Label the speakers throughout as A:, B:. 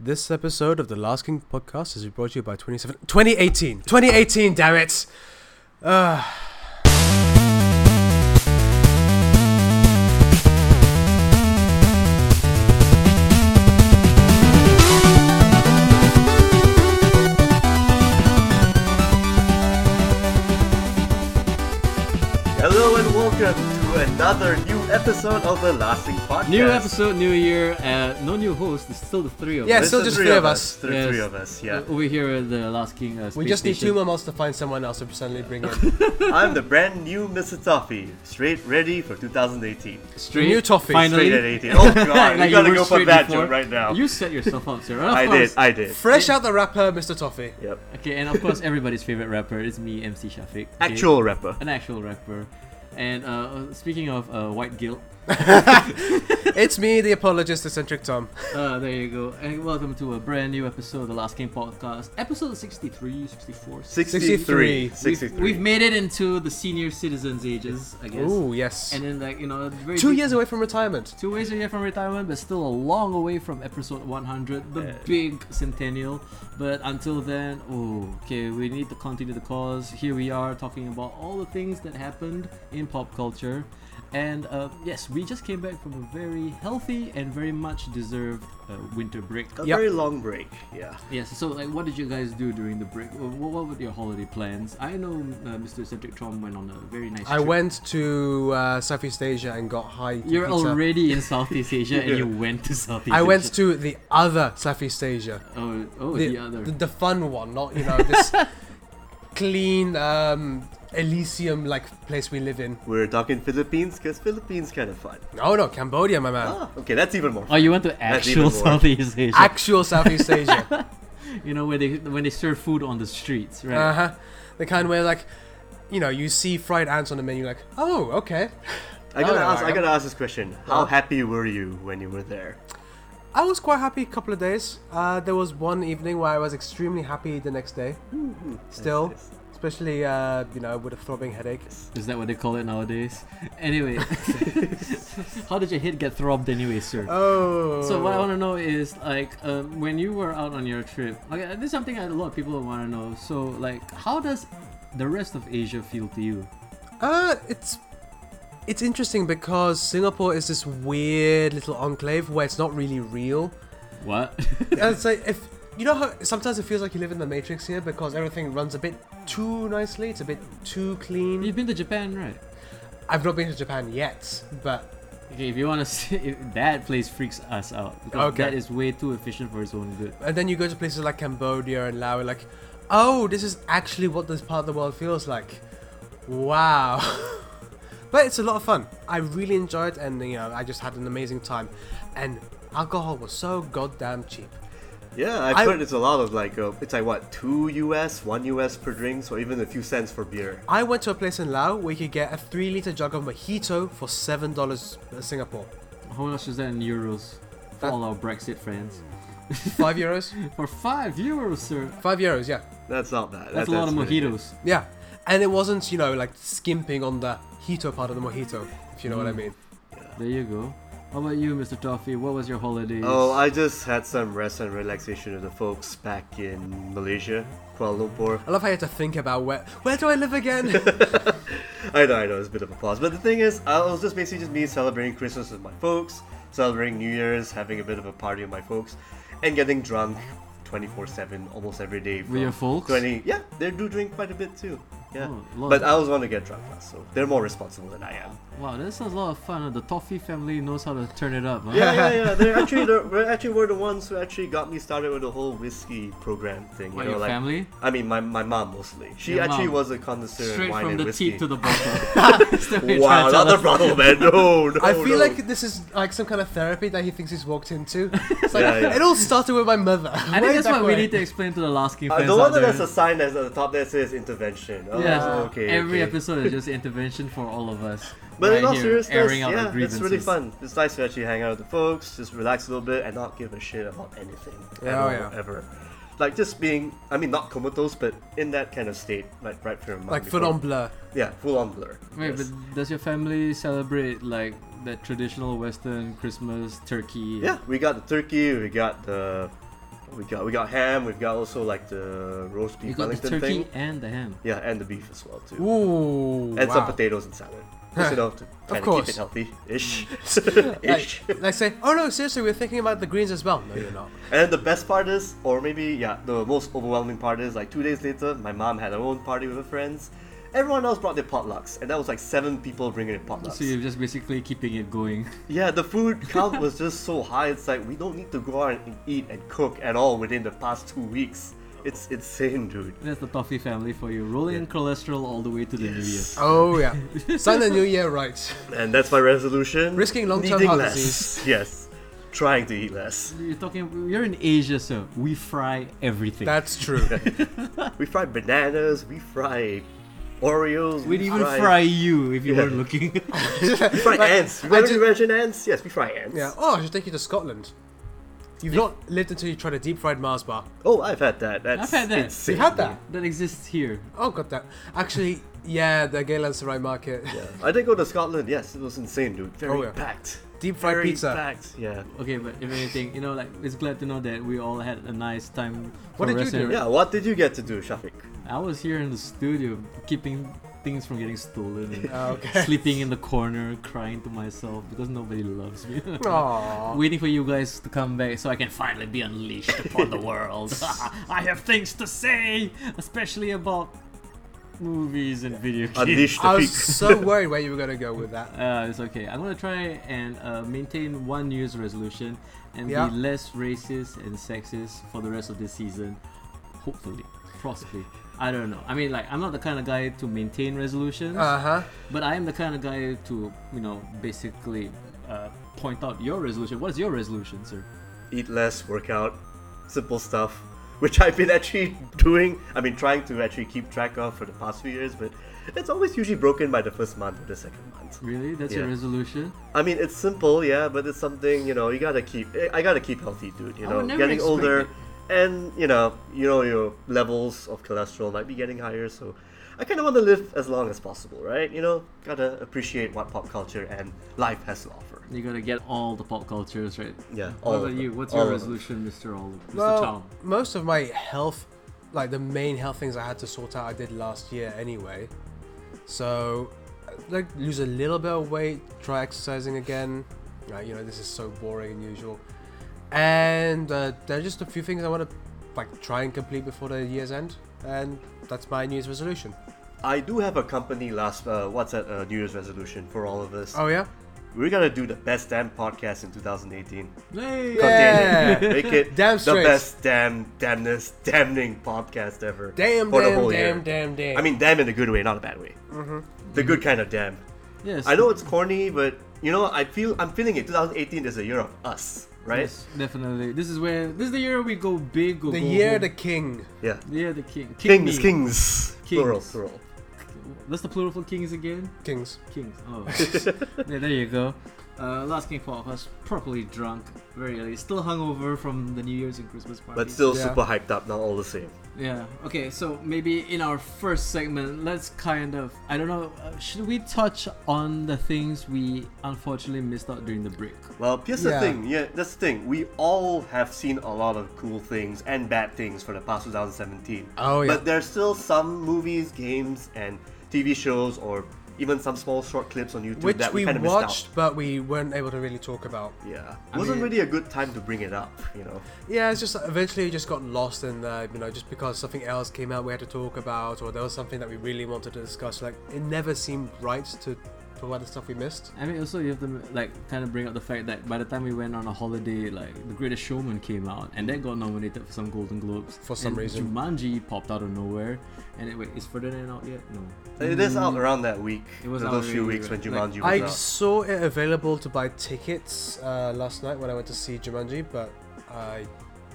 A: This episode of the Last King podcast is brought to you by 27 2018. 2018, damn it! Uh,
B: Hello and welcome to another new episode of the Lasting Podcast.
C: New episode, new year, uh, no new host. It's still the three of
A: Yeah,
C: us.
A: still
B: There's
A: just
B: the
A: three of us.
B: Three,
C: Yes.
B: three of us. Yeah.
C: Uh, over here at the last king. Uh,
A: we
C: space
A: just need two
C: station.
A: more months to find someone else to suddenly bring in.
B: I'm the brand new Mr. Toffee, straight ready for 2018.
C: straight
A: New toffee.
C: Finally,
B: Straight at 18. Oh god,
C: Like
B: you gotta
C: were
B: go for
C: straight
B: that
C: before.
B: joke right now.
C: You set yourself up, sir. And of
B: I did.
C: course-
B: I did.
A: Fresh out the wrapper, Mr. Toffee.
B: Yep.
C: Okay, and of course, everybody's favorite rapper is me, MC Shafiq. okay?
B: Actual rapper.
C: an actual rapper. And uh, speaking of uh, white guilt,
A: It's me, the apologist, eccentric Tom.
C: uh, there you go. And welcome to a brand new episode of the Last King podcast, episode 63, 64.
A: 63.
B: 63. 63.
C: We've, we've made it into the senior citizens ages, I guess.
A: Ooh, yes.
C: And then, like you know, very
A: Two
C: big-
A: years away from retirement.
C: Two ways away from retirement, but still a long way from episode 100, the big centennial. But until then, oh, okay, we need to continue the cause. Here we are talking about all the things that happened in pop culture. And uh, yes, we just came back from a very healthy and very much deserved uh, winter break.
B: A
A: Yep.
B: very long break. Yeah.
C: Yes, so like, what did you guys do during the break? Wh- wh- What were your holiday plans? I know uh, Mr. Cedric Trom went on a very nice
A: I
C: trip.
A: went to uh, Southeast Asia and got high. to
C: You're
A: pizza.
C: already in Southeast Asia and
B: Yeah.
C: you went to Southeast
A: I went
C: Asia.
A: to the other Southeast Asia.
C: Oh, oh the, other.
A: The, the fun one, not you know this clean um, Elysium like place we live in.
B: We're talking Philippines because Philippines kind of fun.
A: No, no, Cambodia, my man.
B: Ah, okay, that's even more.
C: Oh,
B: Fun.
C: you went to
B: even
C: actual
B: more.
C: Southeast Asia.
A: Actual Southeast Asia.
C: you know where they when they serve food on the streets, right?
A: uh huh. The kind where like, you know, you see fried ants on the menu, like, oh, okay.
B: I gotta
A: Oh,
B: ask.
A: yeah.
B: I gotta ask this question.
C: Oh.
B: How happy were you when you were there?
A: I was quite happy a couple of days. Uh, there was one evening where I was extremely happy the next day. Still,
B: nice.
A: especially uh, you know with a throbbing headache.
C: Is that what they call it nowadays? Anyway, how did your head get throbbed anyway, sir?
A: Oh.
C: so what I want to know is like um, when you were out on your trip. Okay, this is something that a lot of people want to know. So like, how does the rest of Asia feel to you?
A: Uh, it's it's interesting because Singapore is this weird little enclave where it's not really real.
C: What?
A: And it's like if you know how sometimes it feels like you live in the Matrix here because everything runs a bit too nicely. It's a bit too clean.
C: You've been to Japan, right?
A: I've not been to Japan yet, but
C: Okay, if you want to see if that place freaks us out because
A: Okay.
C: that is way too efficient for its own good.
A: and then you go to places like Cambodia and Laos, like, oh, this is actually what this part of the world feels like. Wow. but it's a lot of fun. I really enjoyed, it and you know, I just had an amazing time. And alcohol was so goddamn cheap.
B: Yeah, I've
A: I-
B: heard it's a lot of like uh, it's like what two US, one US per drink, so even a few cents for beer.
A: I went to a place in Laos where you could get a three liter jug of mojito for seven dollars Singapore,
C: How much is that in euros? For
A: That-
C: all our Brexit friends.
A: five euros,
C: For five euros, sir.
A: five euros, yeah,
B: That's not bad.
C: That's a lot of
B: really good.
C: mojitos.
A: yeah. And it wasn't, you know, like skimping on the hito part of the mojito, if you know what I mean.
C: There you go. How about you, Mr. Toffee? What was your holidays?
B: Oh, I just had some rest and relaxation with the folks back in Malaysia, Kuala Lumpur.
A: I love how you had to think about where where do I live again.
B: I know, I know, it's a bit of a pause, but the thing is, I was just basically just me celebrating Christmas with my folks, celebrating New Year's, having a bit of a party with my folks, and getting drunk. 24/7, almost every day. from
C: your folks?
B: 20, yeah, they do drink quite a bit too. Yeah,
C: Oh, Lord.
B: but I was want to get drunk last, so they're more responsible than I am.
C: Wow, that sounds a lot of fun. huh? The Toffee family knows how to turn it up. Huh?
B: yeah, yeah, yeah. They're actually they're, we're actually were the ones who actually got me started with the whole whiskey program thing. You
C: What,
B: know,
C: your
B: like
C: family?
B: I mean, my, my mom mostly. She
C: Your
B: actually
C: mom.
B: was a connoisseur in
C: Straight
B: wine
C: from
B: and
C: the
B: whiskey.
C: teat to the bottle. That's the way you try
B: wow,
C: to tell
B: not the
C: us.
B: bottle, man. No, no.
A: I feel
B: Oh, no. Uh,
A: like this is like some kind of therapy that he thinks he's walked into. It's like
B: Yeah, yeah.
A: it all started with my mother. Way
C: I think that's
A: back
C: what we
A: when.
C: need to explain to the last King
B: Uh,
C: fans
B: the
C: out
B: one that
C: there.
B: has a sign that's at the top that says intervention. Oh,
C: yeah,
B: okay.
C: every
B: okay.
C: episode is just intervention for all of us.
B: But
C: right
B: in all
C: here,
B: seriousness,
C: airing out our
B: yeah, it's really
C: grievances.
B: fun. It's nice to actually hang out with the folks, just relax a little bit, and not give a shit about anything at
A: Yeah, oh,
B: all,
A: yeah.
B: ever. Like just being, I mean, not comatose, but in that kind of state, like right from
A: like full on blur.
B: yeah, full on blur.
C: Wait,
B: yes.
C: but does your family celebrate like that traditional Western Christmas turkey?
B: yeah, we got the turkey, we got the We got we got ham. We've got also like the roast
C: You
B: beef
C: got the
B: Wellington
C: turkey
B: thing.
C: and the ham.
B: Yeah, and the beef as well too.
A: Ooh.
B: and some
A: wow.
B: potatoes and salad. Just enough to kind of keep
A: course.
B: it healthy ish.
C: Mm.
B: ish.
A: Like, like say, oh no, seriously, we're thinking about the greens as well. No, you're not.
B: And the best part is, or maybe yeah, the most overwhelming part is like two days later, my mom had her own party with her friends. Everyone else brought their potlucks, and that was like seven people bringing their potlucks.
C: So you're just basically keeping it going.
B: Yeah, the food count was just so high. It's like we don't need to go out and eat and cook at all within the past two weeks. It's insane, dude.
C: That's the Toffee family for you. Rolling in cholesterol all the way to the New Year.
A: Oh yeah. Sign the new year right.
B: And that's my resolution.
A: Risking long-term
B: Eating
A: heart
B: less.
A: disease.
B: Yes, trying to eat less.
C: You're talking. You're in Asia, sir. We fry everything.
A: That's true.
B: We fry bananas. We fry Oreos.
C: We'd even
B: fry,
C: fry you if you
B: Yeah.
C: weren't looking.
B: We fry ants. You
A: I
B: want
A: ju-
B: to mention ants? Yes, we fry ants.
A: yeah. Oh, I should take you to Scotland. You've not lived until you tried a deep fried Mars bar.
B: Oh, I've had that. That's
C: I've had that.
B: Insane.
A: You had that?
C: that exists here.
A: Oh god, that. Actually, yeah, the Galen Sarai market.
B: Yeah. I did go to Scotland. Yes, it was insane, dude. Very
A: Oh, yeah.
B: packed.
A: Deep fried
B: Very
A: pizza.
B: Packed. Yeah.
C: Okay, but if anything, you know, like it's glad to know that we all had a nice time.
A: What
C: for
A: did you
C: rest and-
A: do?
B: Yeah. What did you get to do, Shafiq?
C: I was here in the studio, keeping things from getting stolen and
A: Oh, okay.
C: sleeping in the corner, crying to myself because nobody loves me.
A: Aww.
C: Waiting for you guys to come back so I can finally be unleashed upon the world. I have things to say, especially about movies and video games.
B: Unleash the
A: I
B: peak.
A: was so worried where you were gonna go with that.
C: Uh, it's okay. I'm gonna try and uh, maintain one New Year's resolution and
A: Yeah.
C: be less racist and sexist for the rest of this season. Hopefully, possibly. I don't know. I mean, like, I'm not the kind of guy to maintain resolutions,
A: Uh huh.
C: but I am the kind of guy to, you know, basically uh, point out your resolution. What is your resolution, sir?
B: eat less, work out, simple stuff, which I've been actually doing. I've been trying to actually keep track of for the past few years, but it's always usually broken by the first month or the second month.
C: Really? That's your
B: Yeah.
C: resolution?
B: I mean, it's simple, yeah, but it's something you know you gotta keep. eh, I gotta keep healthy, dude. You
C: I
B: know,
C: would never
B: getting
C: expect
B: older,
C: it.
B: and you know, you know your levels of cholesterol might be getting higher, so. I kind of want to live as long as possible, right? You know, gotta appreciate what pop culture and life has to offer.
C: You gotta get all the pop cultures right.
B: Yeah. all
C: What
B: of
C: about
B: them,
C: you? What's
B: all
C: your
B: of them.
C: resolution, Mr. Olive? Mr.
A: Well,
C: Tom?
A: most of my health, like the main health things I had to sort out, I did last year anyway. So, like, lose a little bit of weight, try exercising again. Like, you know, this is so boring and usual. And uh, there are just a few things I want to, like, try and complete before the year's end. And that's my New Year's resolution.
B: I do have a company last uh, what's that uh, New Year's resolution for all of us.
A: Oh, yeah?
B: We're gonna do the best damn podcast in 2018.
C: Yay!
A: Yeah.
B: Contain it. Make it
A: Damn
B: the
A: straight.
B: best damn damnest damning podcast ever.
A: Damn,
B: for the
A: damn,
B: whole
A: damn,
B: year.
A: damn, damn. Mm-hmm.
B: I mean, damn in a good way, not a bad way. The good kind of damn.
C: Yes.
B: I know it's corny, but you know, I feel I'm feeling it. 2018 is a year of us, right?
C: Yes, definitely. This is where this is the year we go big. Or
A: the
C: go
A: year the
C: home.
A: king.
B: Yeah.
C: the year the king. king
B: Kings,
C: me.
B: kings,
C: Kings.
B: plural, plural.
C: That's the plural for kings again.
A: Kings.
C: Kings. Oh, yeah, there you go. Uh, last king for all of us, properly drunk, very early, still hungover from the New Year's and Christmas party.
B: But still
A: Yeah.
B: super hyped up, not all the same.
C: Yeah. Okay. So maybe in our first segment, let's kind of I don't know. Uh, should we touch on the things we unfortunately missed out during the break?
B: Well, here's
A: Yeah.
B: the thing. Yeah, that's the thing. We all have seen a lot of cool things and bad things for the past 2017.
A: Oh, yeah.
B: But there's still some movies, games, and TV shows, or even some small short clips on YouTube
A: Which
B: that we,
A: we,
B: kind of
A: watched, but we weren't able to really talk about.
B: missed out. Yeah,
C: I
B: wasn't
C: mean-
B: really a good time to bring it up, you know.
A: Yeah, it's just like, eventually you just got lost in the, you know, just because something else came out we had to talk about, or there was something that we really wanted to discuss. Like, it never seemed right to provide the stuff we missed.
C: I mean, also you have to like kind of bring up the fact that by the time we went on a holiday, like The Greatest Showman came out, and that got nominated for some Golden Globes.
A: For some
C: And
A: reason.
C: Jumanji popped out of nowhere, and it, wait, is Ferdinand out yet? No.
A: Mm.
B: It is out around that week.
C: It was out
B: those few
C: really
B: weeks when
C: weird. Like,
B: Jumanji
A: I
B: was
A: saw it available to buy tickets uh, last night when I went to see Jumanji, but I,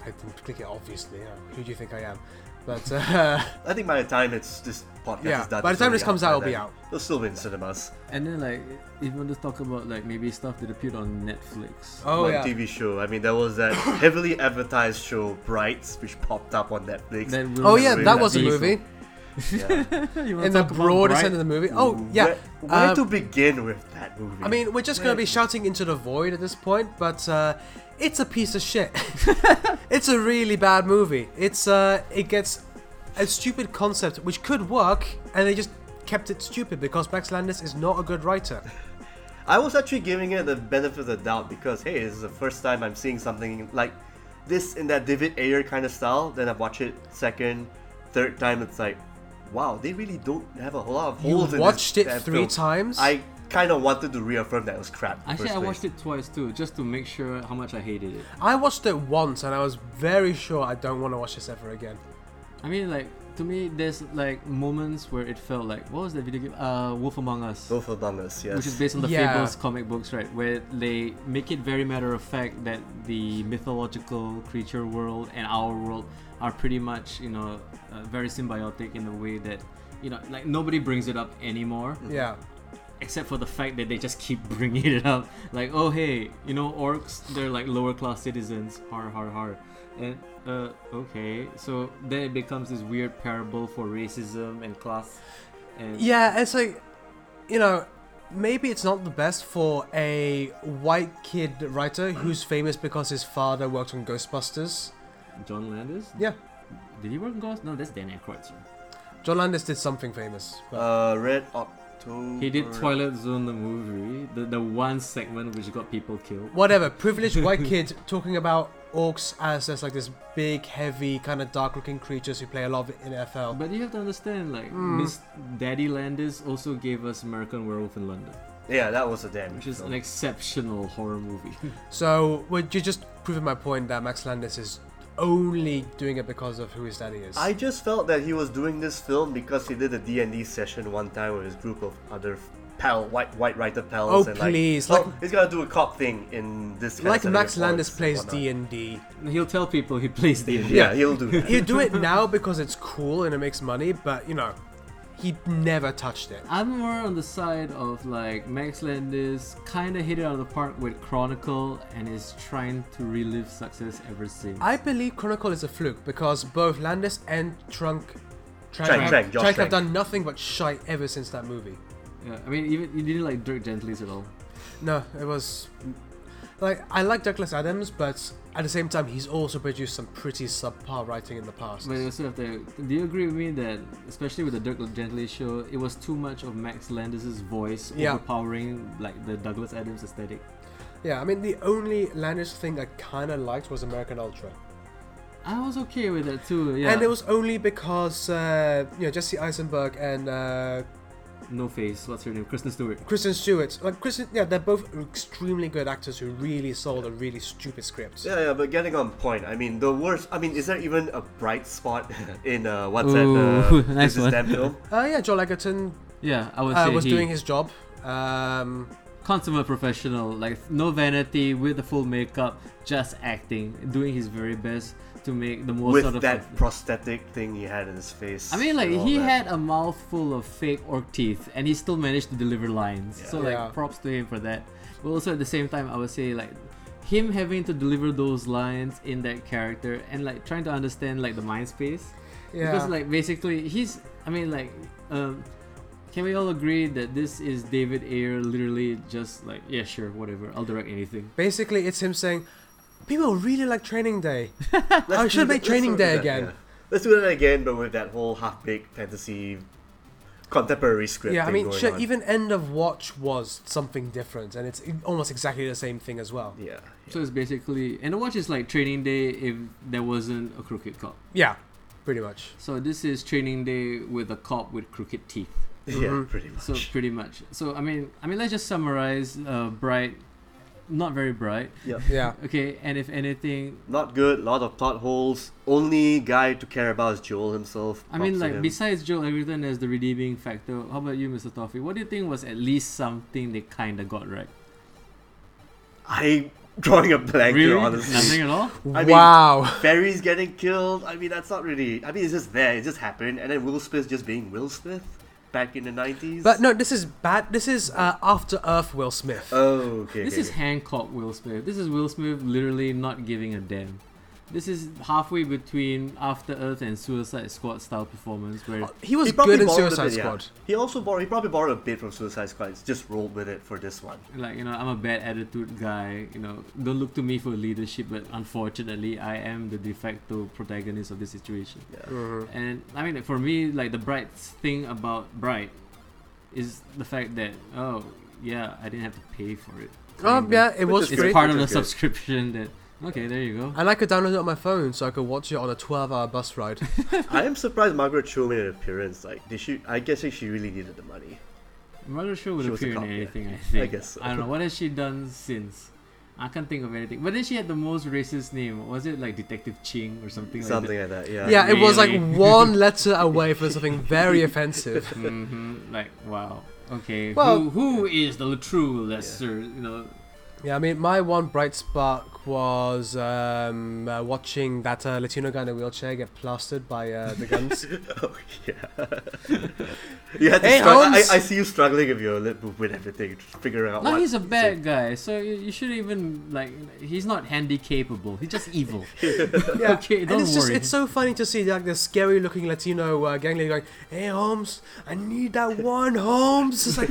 A: I didn't click it. Obviously, yeah. who do you think I am? But uh,
B: out. I think by the time it's this podcast
A: Yeah,
B: is done,
A: by the
B: it's
A: time
B: already
A: this comes out, it'll
B: by
A: be
B: then.
A: out.
B: It'll still be in cinemas.
C: And then like if you want to talk about like maybe stuff that appeared on Netflix.
A: oh
B: one
A: yeah,
B: TV show. I mean, there was that heavily advertised show Brights, which popped up on Netflix.
C: That will
A: oh
C: never
A: yeah,
C: be
A: that was a
C: released.
A: movie
B: Yeah.
C: You wanna
A: in the
C: talk
A: broadest
C: about Bright?
A: sense of the movie. Oh yeah,
B: Where, where
A: uh,
B: to begin with that movie?
A: I mean, we're just gonna be shouting into the void at this point, but uh, it's a piece of shit. It's a really bad movie. It's uh, it gets a stupid concept which could work, and they just kept it stupid because Max Landis is not a good writer.
B: I was actually giving it the benefit of the doubt because hey, this is the first time I'm seeing something like this in that David Ayer kind of style. Then I watch it second, third time. It's like, wow, they really don't have a whole lot of
A: You
B: holes. in
A: watched
B: this,
A: it
B: damn
A: three
B: film.
A: times?
B: I kind of wanted to reaffirm that it was crap. in the
C: Actually,
B: first
C: I
B: place.
C: watched it twice too, just to make sure how much I hated it.
A: I watched it once, and I was very sure I don't want to watch this ever again.
C: I mean, like to me, there's like moments where it felt like what was that video game? Uh, Wolf Among Us.
B: Both Among Us, yes.
C: Which is based on the
A: Oh, Yeah.
C: Fables comic books, right? Where they make it very matter of fact that the mythological creature world and our world are pretty much, you know, uh, very symbiotic in the way that, you know, like nobody brings it up anymore,
B: Mm-hmm.
A: Yeah.
C: except for the fact that they just keep bringing it up. Like, oh hey, you know, orcs, they're like lower class citizens. Har har har. And uh, okay, so then it becomes this weird parable for racism and class. And
A: Yeah, it's like, you know, maybe it's not the best for a white kid writer who's famous because his father worked on Ghostbusters.
C: John Landis,
A: Yeah,
C: did he work in Ghost? No, that's Dan Aykroyd. Sir.
A: John Landis did something famous. But
B: uh, Red October.
A: Mm,
C: He did Twilight Zone the movie, the, the one segment which got people killed.
A: whatever, privileged white kid talking about orcs as just like this big, heavy, kind of dark-looking creatures who play a lot of in NFL.
C: But you have to understand, like
A: Mm.
C: Miss Daddy Landis also gave us American Werewolf in London,
B: Yeah, that was a damn.
C: which is
B: film.
C: an exceptional horror movie.
A: So, would you just proving my point that Max Landis is only doing it because of who his daddy is?
B: I just felt that he was doing this film because he did a D&D session one time with his group of other pal white white writer pals
A: Oh,
B: and like,
A: please,
B: oh,
A: like-
B: he's gonna do a cop thing in this kind of
A: like
B: setting
A: Max
B: of
A: Landis
B: orcs
A: plays
B: and whatnot.
A: D and D.
C: He'll tell people he plays D&D.
B: Yeah, he'll do that.
A: He'd do it now because it's cool and it makes money, but you know, he never touched it.
C: I'm more on the side of like Max Landis kind of hit it out of the park with Chronicle and is trying to relive success ever since.
A: I believe Chronicle is a fluke because both Landis and Trunk, Trank,
B: Trank, Trank, Josh
A: have
B: Trank.
A: done nothing but shite ever since that movie.
C: yeah, Uh, I mean, even you didn't like Dirk Gently's at all.
A: No, it was like I like Douglas Adams, but at the same time, he's also produced some pretty subpar writing in the past.
C: But you also have to. Do you agree with me that, especially with the Dirk Gently show, it was too much of Max Landis's voice
A: Yeah.
C: overpowering like the Douglas Adams aesthetic?
A: Yeah, I mean the only Landis thing I kind of liked was American Ultra,
C: I was okay with that too. Yeah.
A: and it was only because uh, you know Jesse Eisenberg and uh,
C: no face. What's her name? Kristen Stewart.
A: Kristen Stewart, like Kristen, yeah, they're both extremely good actors who really sold a really stupid script.
B: yeah, yeah, but getting on point. I mean, the worst. I mean, is there even a bright spot in uh, what's
C: Ooh,
B: that? Uh,
C: nice
B: this
C: one.
B: damn film.
A: Uh, yeah, Joel Egerton
C: Yeah, I would
A: uh,
C: say
A: was
C: he,
A: doing his job. Um,
C: consummate professional, like no vanity, with the full makeup, just acting, doing his very best to make the most out
B: With
C: of
B: that prosthetic thing he had in his face.
C: I mean, like
B: and all
C: he
B: that.
C: had a mouthful of fake orc teeth, and he still managed to deliver lines. So like,
A: Yeah.
C: props to him for that. But also at the same time, I would say like him having to deliver those lines in that character and like trying to understand like the mind space
A: yeah,
C: because like basically he's. I mean like, um, can we all agree that this is David Ayer literally just like yeah sure whatever I'll direct anything.
A: basically it's him saying, "People really like Training Day."
B: Let's
A: I
B: do
A: should
B: that-
A: make
B: let's
A: Training
B: do
A: Day
B: that,
A: again.
B: yeah. Let's do that again, but with that whole half-baked fantasy contemporary script.
A: yeah, I
B: thing
A: mean,
B: going
A: sure,
B: on.
A: even End of Watch was something different, and it's i- almost exactly the same thing as well.
B: yeah.
C: So it's basically and the watch is like Training Day if there wasn't a crooked cop.
A: Yeah, pretty much.
C: So this is training day with a cop with crooked teeth.
B: Yeah, pretty much.
C: So pretty much. So I mean, I mean, let's just summarize. Uh, bright, not very bright.
B: yeah.
A: Yeah,
C: Okay, and if anything,
B: Not good, lot of plot holes. Only guy to care about is Joel himself.
C: I mean,
B: Props to
C: like
B: him.
C: besides Joel Everton as the redeeming factor, how about you, Mr. Toffee? What do you think was at least something they kinda got right?
B: I drawing a blank here, honestly.
C: Nothing at all.
B: I mean-
A: wow.
B: Barry's getting killed. I mean, that's not really. I mean, it's just there. It just happened. And then Will Smith just being Will Smith back in the 90s.
A: But no, this is bad. This is uh, After Earth Will Smith.
B: Oh, okay.
C: This
B: okay,
C: is Hancock Will Smith. This is Will Smith literally not giving a damn. This is halfway between After Earth and Suicide Squad style performance where
A: He was
B: probably
A: good in
B: borrowed a
A: Suicide
B: bit, yeah.
A: Squad.
B: He also borrowed. He probably borrowed a bit from Suicide Squad. He's just rolled with it for this one.
C: like you know I'm a bad attitude guy. You know, don't look to me for leadership, but unfortunately I am the de facto protagonist of this situation.
B: Yeah.
A: Mm-hmm.
C: And I mean, for me, like the bright thing about Bright is the fact that oh yeah, I didn't have to pay for it.
A: Oh
C: Kinda.
A: yeah, it
B: Which
A: was
B: is
C: it's
B: great.
A: free.
C: part of the
B: Which is good.
C: subscription that. Okay, there you go.
A: And I could download it on my phone so I could watch it on a 12-hour bus ride.
B: I am surprised Margaret Cho made an appearance. Like, did she? I guess she really needed the money.
C: Mother Show would
B: She was a
C: appear in
B: cop, yeah.
C: anything, I
B: I
C: think.
B: guess so.
C: I don't know. What has she done since? I can't think of anything. But then she had the most racist name. Was it like Detective Ching or something,
B: Something like that. Yeah.
A: yeah, it was like
C: Really?
A: one letter away from something very offensive.
C: like that? hmm Like, wow. Okay.
A: Well-
C: who, who is the true lesser? You know,
A: Yeah, I mean, my one bright spark was um, uh, watching that uh, Latino guy in a wheelchair get plastered by uh, the guns.
B: Oh, yeah. you had to
A: Hey,
B: struggle. I,
A: Holmes!
B: I see you struggling with your lip with everything, figuring out.
C: no,
B: what
C: he's a bad guy. So you, you shouldn't even like. He's not handy capable. He's just evil.
A: yeah,
C: Okay,
A: and
C: don't
A: it's
C: worry.
A: just—it's so funny to see like the scary-looking Latino uh, gang leader going, "Hey Holmes, I need that one Holmes." It's like,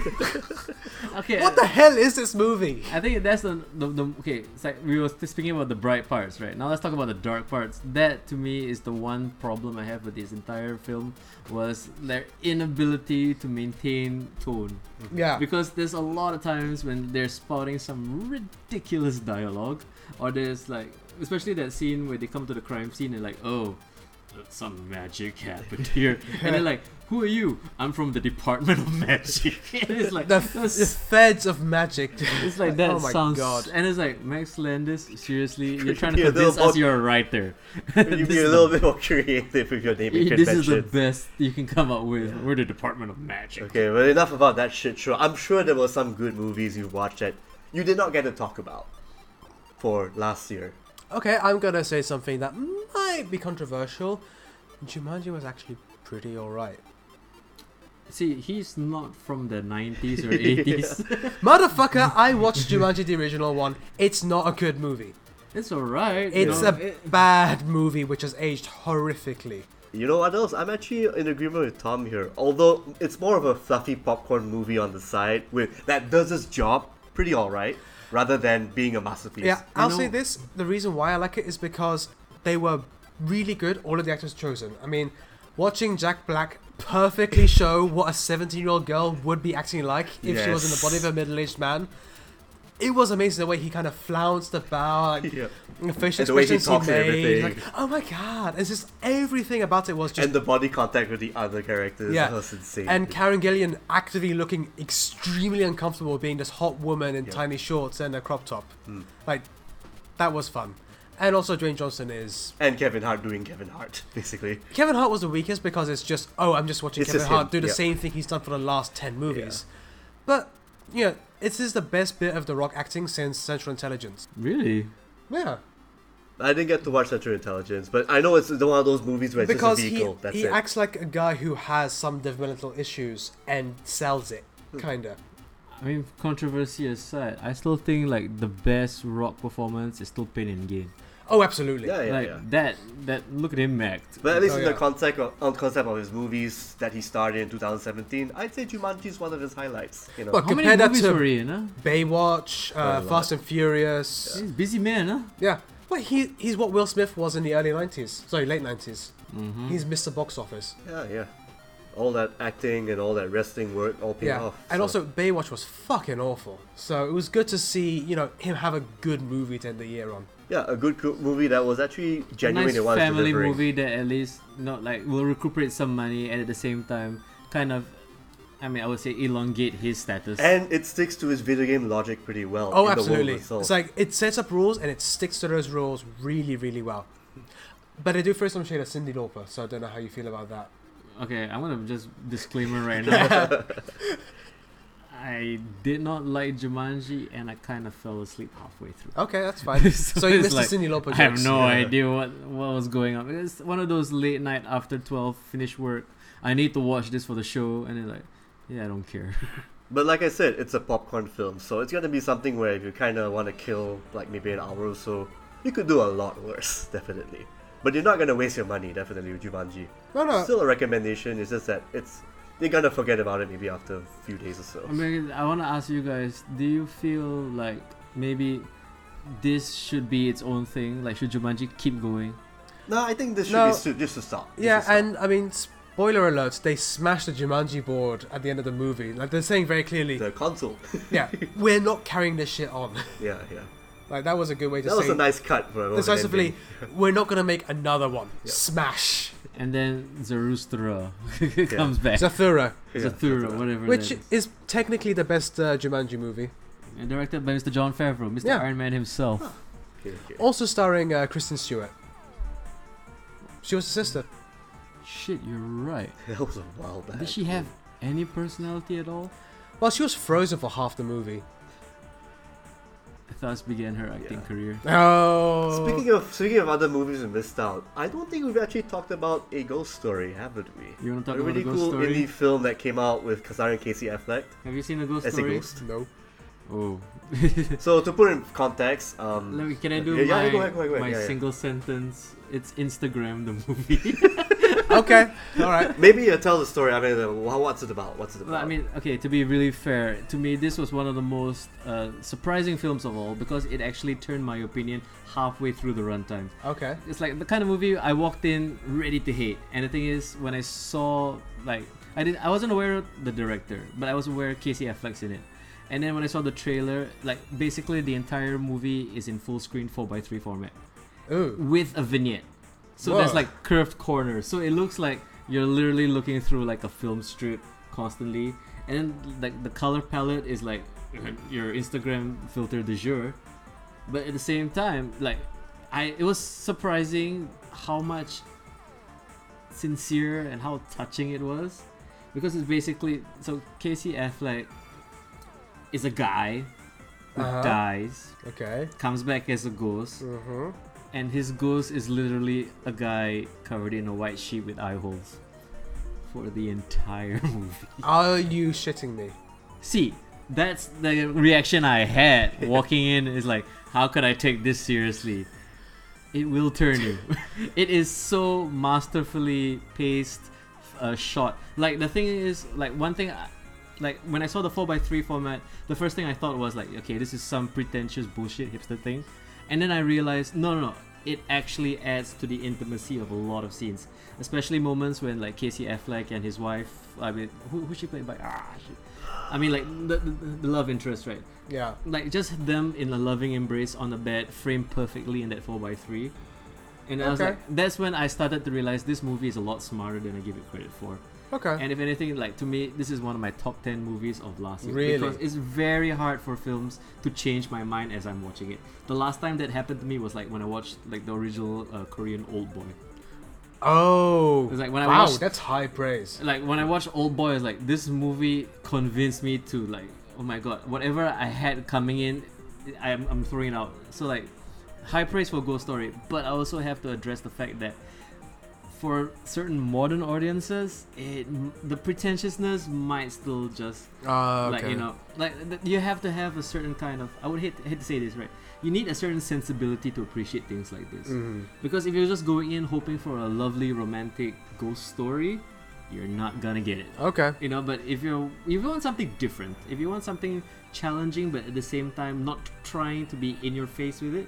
C: Okay.
A: what the hell is this movie?
C: I think that's the, the, the okay. It's like we were speaking about the bright parts, right? Now let's talk about the dark parts. That to me is the one problem I have with this entire film was their inability to maintain tone.
A: Yeah,
C: Because there's a lot of times when they're spouting some ridiculous dialogue, or there's like, especially that scene where they come to the crime scene and like, oh, some magic happened here, and they're like, who are you? I'm from the Department of Magic. and it's like
A: the, the
C: that's-
A: feds of magic.
C: it's like that
A: oh my
C: sounds,
A: god.
C: and it's like Max Landis. Seriously, you're trying to
B: You're a little
C: convince us
B: bug-
C: you're a writer.
B: you you
C: This
B: be a
C: is
B: little
C: the-
B: bit more creative with your naming
C: This is the
B: convention.
C: best you can come up with. We're the Department of Magic.
B: Okay, well, enough about that shit show. I'm sure there were some good movies you watched that you did not get to talk about for last year.
A: Okay, I'm gonna say something that might be controversial. Jumanji was actually pretty alright.
C: See, he's not from the 90s or 80s.
A: Motherfucker, I watched Jumanji the original one. It's not a good movie.
C: It's alright. you
A: It's
C: know,
A: a
C: it-
A: bad movie which has aged horrifically.
B: You know what else? I'm actually in agreement with Tom here. Although it's more of a fluffy popcorn movie on the side with that does its job pretty alright, rather than being a masterpiece.
A: Yeah, I'll say
C: know-
A: this. The reason why I like it is because they were really good, all of the actors chosen. I mean, watching Jack Black perfectly show what a 17 year old girl would be acting like if she was in the body of a middle aged man. It was amazing the way he kind of flounced about, like,
B: Yeah.
A: the facial
B: And the way he
A: expressions he,
B: talks and
A: made. Like,
B: everything.
A: oh my god! It's just everything about it was just
B: And the body contact with the other characters
A: Yeah.
B: was insane.
A: And Karen Gillian actively looking extremely uncomfortable being this hot woman in
B: Yeah. Hmm.
A: tiny shorts and a crop top. Like, that was fun. And also, Dwayne Johnson is.
B: And Kevin Hart doing Kevin Hart, basically.
A: Kevin Hart was the weakest because it's just, oh, I'm just watching
B: It's
A: Kevin
B: just
A: Hart
B: him,
A: do the
B: yeah.
A: same thing he's done for the last 10 movies. But, you know, this is the best bit of The Rock acting since Central Intelligence.
C: really.
A: Yeah.
B: I didn't get to watch Central Intelligence, but I know it's one of those movies where it's
A: because
B: just a
A: he,
B: vehicle. That's
A: he
B: it.
A: acts like a guy who has some developmental issues and sells it, kinda.
C: I mean, controversy aside, I still think like the best rock performance is still Pain and Gain.
A: Oh, absolutely.
B: yeah, yeah,
C: like
B: yeah.
C: that, that look at him act.
B: But at least
A: Oh,
B: in
A: yeah.
B: the concept of, on concept of his movies that he starred in 2017, I'd say Jumanji is one of his highlights. You know,
A: Look,
C: How many
A: compare that
C: movies
A: to-
C: were he in? Huh?
A: Baywatch,
B: Quite a
A: uh,
B: lot.
A: Fast and Furious.
C: He's a busy man, huh?
A: Yeah. Well, he, he's what Will Smith was in the early 90s. Sorry, late 90s.
B: Hmm.
C: Mm-hmm.
A: He's Mr. Box Office.
B: yeah, yeah. All that acting and all that wrestling work all paid
A: Yeah.
B: off.
A: and
B: so-
A: also, Baywatch was fucking awful. So it was good to see, you know, him have a good movie to end the year on.
B: yeah, a good co- movie that was actually genuine.
C: nice
B: it was
C: family
B: delivering.
C: movie that at least not like will recuperate some money and at the same time kind of, I mean, I would say elongate his status.
B: and it sticks to his video game logic pretty well.
A: Oh,
B: in
A: absolutely.
B: The world
A: It's
B: itself.
A: like, it sets up rules and it sticks to those rules really, really well. But I do throw some shade at Cindy Lauper, so I don't know how you feel about that.
C: okay, I'm gonna just disclaimer right now. I did not like Jumanji, and I kind of fell asleep halfway through.
A: Okay, that's fine. so,
C: So
A: you
C: it's
A: missed
C: like,
A: the Cindy Lauper jokes.
C: I have no
B: yeah.
C: idea what what was going on. It's one of those late night after twelve finish work. I need to watch this for the show, and then like, yeah, I don't care.
B: But like I said, it's a popcorn film, so it's gonna be something where if you kind of want to kill like maybe an hour or so, You could do a lot worse, definitely. But you're not gonna waste your money, definitely, with Jumanji.
A: No, no.
B: Still a recommendation. It's just that it's you're gonna forget about it maybe after a few days or so.
A: Um,
C: I mean, I want to ask you guys: Do you feel like maybe this should be its own thing? Like, should Jumanji keep going?
B: no, I think this should
A: No.
B: be su- just to stop. Just to
A: Yeah,
B: stop.
A: and I mean, spoiler alert, they smashed the Jumanji board at the end of the movie. Like, they're saying very clearly,
B: the console.
A: yeah, we're not carrying this shit on.
B: yeah, yeah.
A: like, that was a good way to
B: That was
A: say
B: a nice cut for an
A: decisively,
B: ending.
A: we're not going to make another one. Smash.
C: And then Zarathustra comes back.
A: Zathura,
B: Yeah,
C: Zathura, whatever.
A: which
C: that is.
A: is technically the best uh, Jumanji movie.
C: And directed by Mr. John Favreau, Mr.
A: Yeah.
C: Iron Man himself.
B: Okay, okay.
A: Also starring uh, Kristen Stewart. She was the sister.
C: Shit, you're right.
B: That was a while back.
C: Did she have any personality at all?
A: Well, she was frozen for half the movie.
C: Thus began her acting
B: Yeah.
C: career.
A: Oh.
B: Speaking of speaking of other movies we missed out, I don't think we've actually talked about a ghost story, haven't we?
C: You want to talk
B: a
C: about
B: really
C: a ghost
B: cool
C: story?
B: indie film that came out with Kazarian Casey Affleck
C: Have you seen a ghost
B: as a
C: story?
B: ghost.
A: no.
C: Oh.
B: So to put in context, um,
C: Let me, can I do
B: yeah, yeah,
C: my,
B: go ahead, go ahead, go ahead.
C: my
B: Yeah, yeah.
C: single sentence? It's Instagram the movie.
A: Okay. All right.
B: maybe you tell the story. I mean, uh, wha- what's it about? What's it about?
C: Well, I mean, okay, to be really fair, to me, this was one of the most uh, surprising films of all because it actually turned my opinion halfway through the runtime.
A: Okay.
C: It's like the kind of movie I walked in ready to hate. And the thing is, when I saw, like, I didn't, I wasn't aware of the director, but I was aware Casey Affleck's in it. And then when I saw the trailer, like, basically the entire movie is in full screen 4x3 format
A: Ooh.
C: with a vignette. So there's
A: Whoa.
C: like curved corners. So it looks like you're literally looking through like a film strip constantly. And then like the color palette is like your Instagram filter du jour. But at the same time, like I it was surprising how much sincere and how touching it was. Because it's basically so Casey Affleck is a guy who
A: Uh-huh.
C: dies,
A: Okay.
C: comes back as a ghost,
A: Mm-hmm.
C: and his ghost is literally a guy covered in a white sheet with eye holes for the entire movie.
A: Are you shitting me?
C: See, that's the reaction I had walking in is like, how could I take this seriously? It will turn you. it is so masterfully paced, uh, shot. Like the thing is, like one thing, I, like when I saw the 4x3 format, the first thing I thought was like, okay, this is some pretentious bullshit hipster thing, and then I realized, no, no, no. It actually adds to the intimacy of a lot of scenes, especially moments when like Casey Affleck and his wife. I mean, who, who she played by? Ah, shit. I mean, like the, the, the love interest, right?
A: Yeah.
C: Like just them in a loving embrace on the bed, framed perfectly in that four x three. And I was
A: Okay.
C: like, that's when I started to realize this movie is a lot smarter than I give it credit for.
A: Okay.
C: And if anything, like to me, this is one of my top ten movies of last year
A: Really?
C: because it's very hard for films to change my mind as I'm watching it. The last time that happened to me was like when I watched like the original uh, Korean Old Boy.
A: Oh.
C: It's like when I
A: wow,
C: watched
A: that's high praise.
C: like when I watched Old Boy, it's like this movie convinced me to like, oh my god, whatever I had coming in, I'm, I'm throwing it out. So like, high praise for Ghost Story, but I also have to address the fact that for certain modern audiences, it the pretentiousness might still just
A: Uh, okay.
C: like you know like th- you have to have a certain kind of I would hate hate to say this right. You need a certain sensibility to appreciate things like this.
A: Mhm.
C: Because if you're just going in hoping for a lovely romantic ghost story, you're not gonna get it.
A: Okay.
C: You know, but if you're if you want something different, if you want something challenging but at the same time not trying to be in your face with it,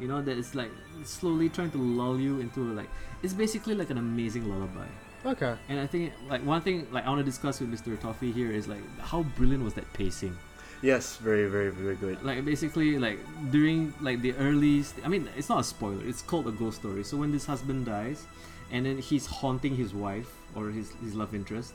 C: you know, that it's like slowly trying to lull you into like it's basically like an amazing lullaby.
A: Okay.
C: And I think like one thing like I wanna discuss with Mr. Toffee here is like how brilliant was that pacing?
B: yes, very, very, very good.
C: like basically like during like the early st- i mean it's not a spoiler it's called a ghost story so when this husband dies and then he's haunting his wife or his, his love interest